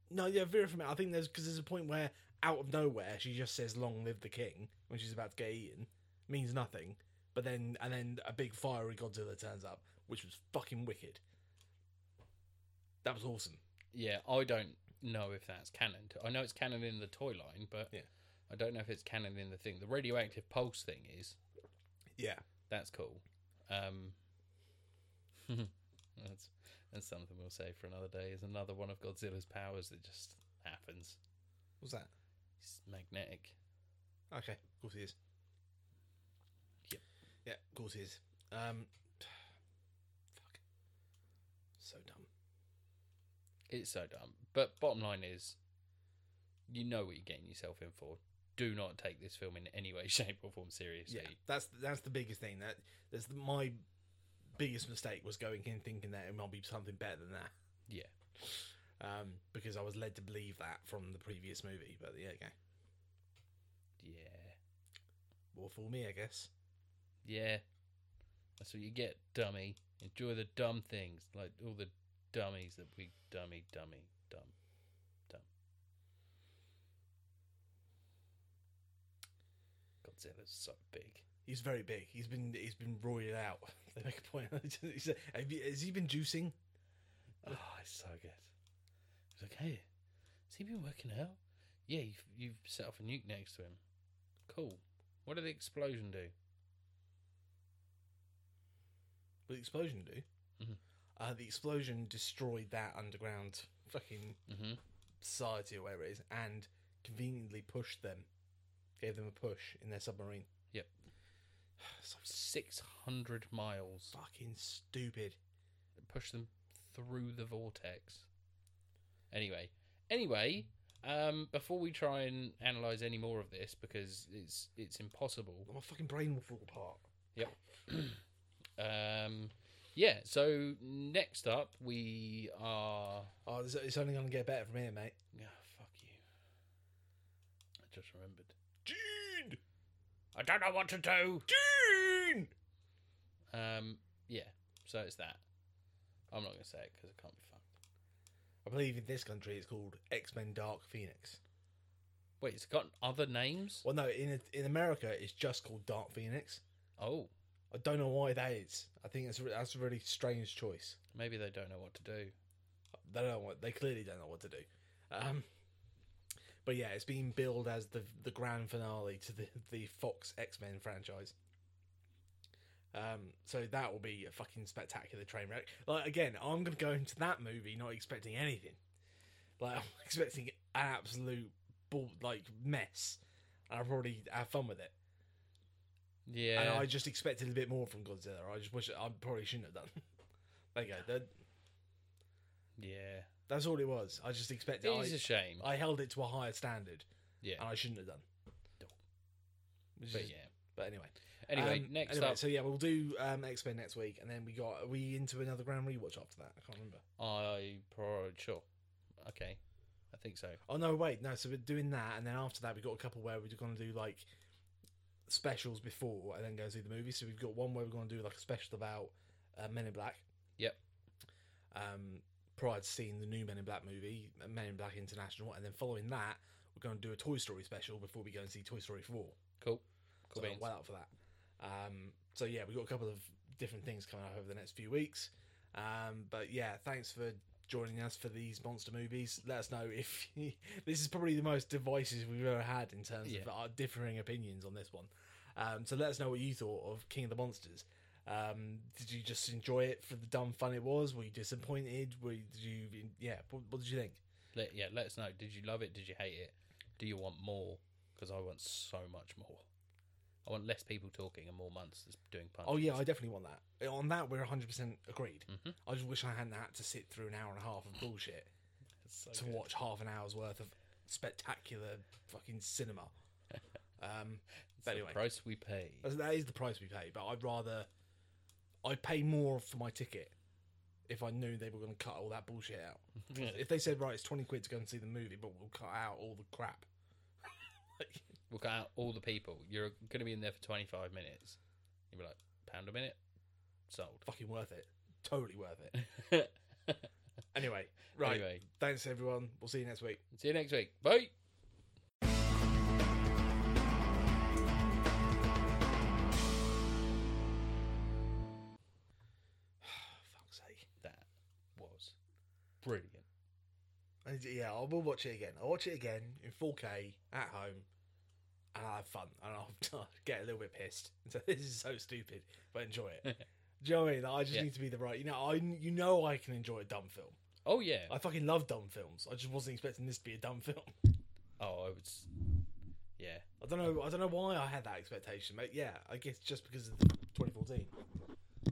[SPEAKER 2] no, yeah, Vera from I think there's because there's a point where out of nowhere she just says "Long live the king" when she's about to get eaten, means nothing. But then and then a big fiery Godzilla turns up, which was fucking wicked. That was awesome.
[SPEAKER 3] Yeah, I don't know if that's canon. to- I know it's canon in the toy line, but
[SPEAKER 2] Yeah.
[SPEAKER 3] I don't know if it's canon in the thing. The radioactive pulse thing is.
[SPEAKER 2] Yeah.
[SPEAKER 3] That's cool. Um, that's that's something we'll say for another day. Is another one of Godzilla's powers that just happens.
[SPEAKER 2] What's that?
[SPEAKER 3] He's magnetic.
[SPEAKER 2] Okay, of course he is.
[SPEAKER 3] Yep.
[SPEAKER 2] Yeah, of course he is. Um, fuck. So dumb.
[SPEAKER 3] It's so dumb. But bottom line is, you know what you're getting yourself in for. Do not take this film in any way, shape, or form seriously.
[SPEAKER 2] Yeah, that's that's the biggest thing. That that's the, my biggest mistake was going in thinking that it might be something better than that,
[SPEAKER 3] Yeah.
[SPEAKER 2] um, because I was led to believe that from the previous movie. But yeah, okay,
[SPEAKER 3] Yeah.
[SPEAKER 2] more for me, I guess.
[SPEAKER 3] Yeah. That's what you get, dummy. Enjoy the dumb things, like all the dummies that we dummy, dummy, dumb. dumb. Godzilla's so big.
[SPEAKER 2] He's very big. He's been he's been roided out. They make a point. He said, Have you, has he been juicing?
[SPEAKER 3] Oh, it's so good. It's like, hey, has he been working out? Yeah, you've, you've set off a nuke next to him. Cool. What did the explosion do?
[SPEAKER 2] What did the explosion do?
[SPEAKER 3] Mhm.
[SPEAKER 2] Uh, the explosion destroyed that underground fucking
[SPEAKER 3] Mm-hmm.
[SPEAKER 2] society or whatever it is, and conveniently pushed them, gave them a push in their submarine.
[SPEAKER 3] Yep.
[SPEAKER 2] so
[SPEAKER 3] 600 miles.
[SPEAKER 2] fucking stupid.
[SPEAKER 3] push them through the vortex. Anyway, anyway, um, before we try and analyze any more of this because it's it's impossible.
[SPEAKER 2] My fucking brain will fall apart.
[SPEAKER 3] Yep. um, yeah. So next up, we are.
[SPEAKER 2] Oh, it's, it's only going to get better from here, mate.
[SPEAKER 3] Oh, fuck you! I just remembered.
[SPEAKER 2] Gene!
[SPEAKER 3] I don't know what to do.
[SPEAKER 2] Gene!
[SPEAKER 3] Um, yeah. So it's that. I'm not gonna say it because I can't be fucked.
[SPEAKER 2] I believe in this country it's called X Men Dark Phoenix.
[SPEAKER 3] Wait, it's got other names?
[SPEAKER 2] Well, no, in in America it's just called Dark Phoenix.
[SPEAKER 3] Oh,
[SPEAKER 2] I don't know why that is. I think that's a, re- that's a really strange choice.
[SPEAKER 3] maybe they don't know what to do.
[SPEAKER 2] They don't know what they clearly don't know what to do. Um, but yeah, it's being billed as the the grand finale to the the Fox X Men franchise. Um, so that will be a fucking spectacular train wreck. Like again, I'm gonna go into that movie not expecting anything. Like I'm expecting an absolute bull, like mess, and I'll probably have fun with it.
[SPEAKER 3] Yeah.
[SPEAKER 2] And I just expected a bit more from Godzilla. I just wish I probably shouldn't have done. there you go. That,
[SPEAKER 3] Yeah.
[SPEAKER 2] that's all it was. I just expected. I,
[SPEAKER 3] It's a shame.
[SPEAKER 2] I held it to a higher standard,
[SPEAKER 3] yeah.
[SPEAKER 2] and I shouldn't have done.
[SPEAKER 3] No.
[SPEAKER 2] Which
[SPEAKER 3] but
[SPEAKER 2] is
[SPEAKER 3] yeah.
[SPEAKER 2] But anyway.
[SPEAKER 3] Anyway,
[SPEAKER 2] Um,
[SPEAKER 3] next
[SPEAKER 2] anyway,
[SPEAKER 3] up,
[SPEAKER 2] So yeah, we'll do um, X Men next week, and then we got are we into another grand rewatch after that. I can't remember.
[SPEAKER 3] I pro sure. Okay, I think so.
[SPEAKER 2] Oh no, wait, no. So we're doing that, and then after that, we got a couple where we're going to do like specials before, and then go through the movie. So we've got one where we're going to do like a special about uh, Men in Black.
[SPEAKER 3] Yep.
[SPEAKER 2] Um, prior to seeing the new Men in Black movie, uh, Men in Black International, and then following that, we're going to do a Toy Story special before we go and see Toy Story Four.
[SPEAKER 3] Cool.
[SPEAKER 2] So
[SPEAKER 3] Cool beans.
[SPEAKER 2] well out for that. Um, so yeah, we've got a couple of different things coming up over the next few weeks. Um, but yeah, thanks for joining us for these monster movies. Let us know if this is probably the most devices we've ever had in terms
[SPEAKER 3] Yeah.
[SPEAKER 2] of our differing opinions on this one. Um, so let us know what you thought of King of the Monsters. Um, did you just enjoy it for the dumb fun it was? Were you disappointed? Were you, did you yeah? What, what did you think?
[SPEAKER 3] Let, yeah, let us know. Did you love it? Did you hate it? Do you want more? Because I want so much more. I want less people talking and more monsters doing punches.
[SPEAKER 2] Oh yeah, I definitely want that. On that, we're 100% agreed. I just wish I hadn't had to sit through an hour and a half of bullshit to watch half an hour's worth of spectacular fucking cinema. Um, but
[SPEAKER 3] the
[SPEAKER 2] anyway,
[SPEAKER 3] price we pay.
[SPEAKER 2] that's- that is the price we pay. But I'd rather I'd pay more for my ticket if I knew they were going to cut all that bullshit out. if they said right, it's 20 quid to go and see the movie, but we'll cut out all the crap.
[SPEAKER 3] We'll cut out all the people. You're going to be in there for 25 minutes. You'll be like, pound a minute? Sold.
[SPEAKER 2] Fucking worth it. Totally worth it. Anyway, right.
[SPEAKER 3] Anyway,
[SPEAKER 2] Thanks everyone. We'll see you next week.
[SPEAKER 3] see you next week. Bye.
[SPEAKER 2] fuck's sake.
[SPEAKER 3] That was brilliant.
[SPEAKER 2] I d- Yeah, I will watch it again. I'll watch it again in 4K at home, and I'll have fun. And I'll get a little bit pissed. So this is so stupid, but enjoy it. Do you know what I mean? Like, I just
[SPEAKER 3] Yeah.
[SPEAKER 2] need to be the right. You know, I you know I can enjoy a dumb film.
[SPEAKER 3] Oh, yeah.
[SPEAKER 2] I fucking love dumb films. I just wasn't expecting this to be a dumb film.
[SPEAKER 3] Oh, I was. Yeah.
[SPEAKER 2] I don't know. I don't know why I had that expectation, mate. Yeah, I guess just because of the 2014.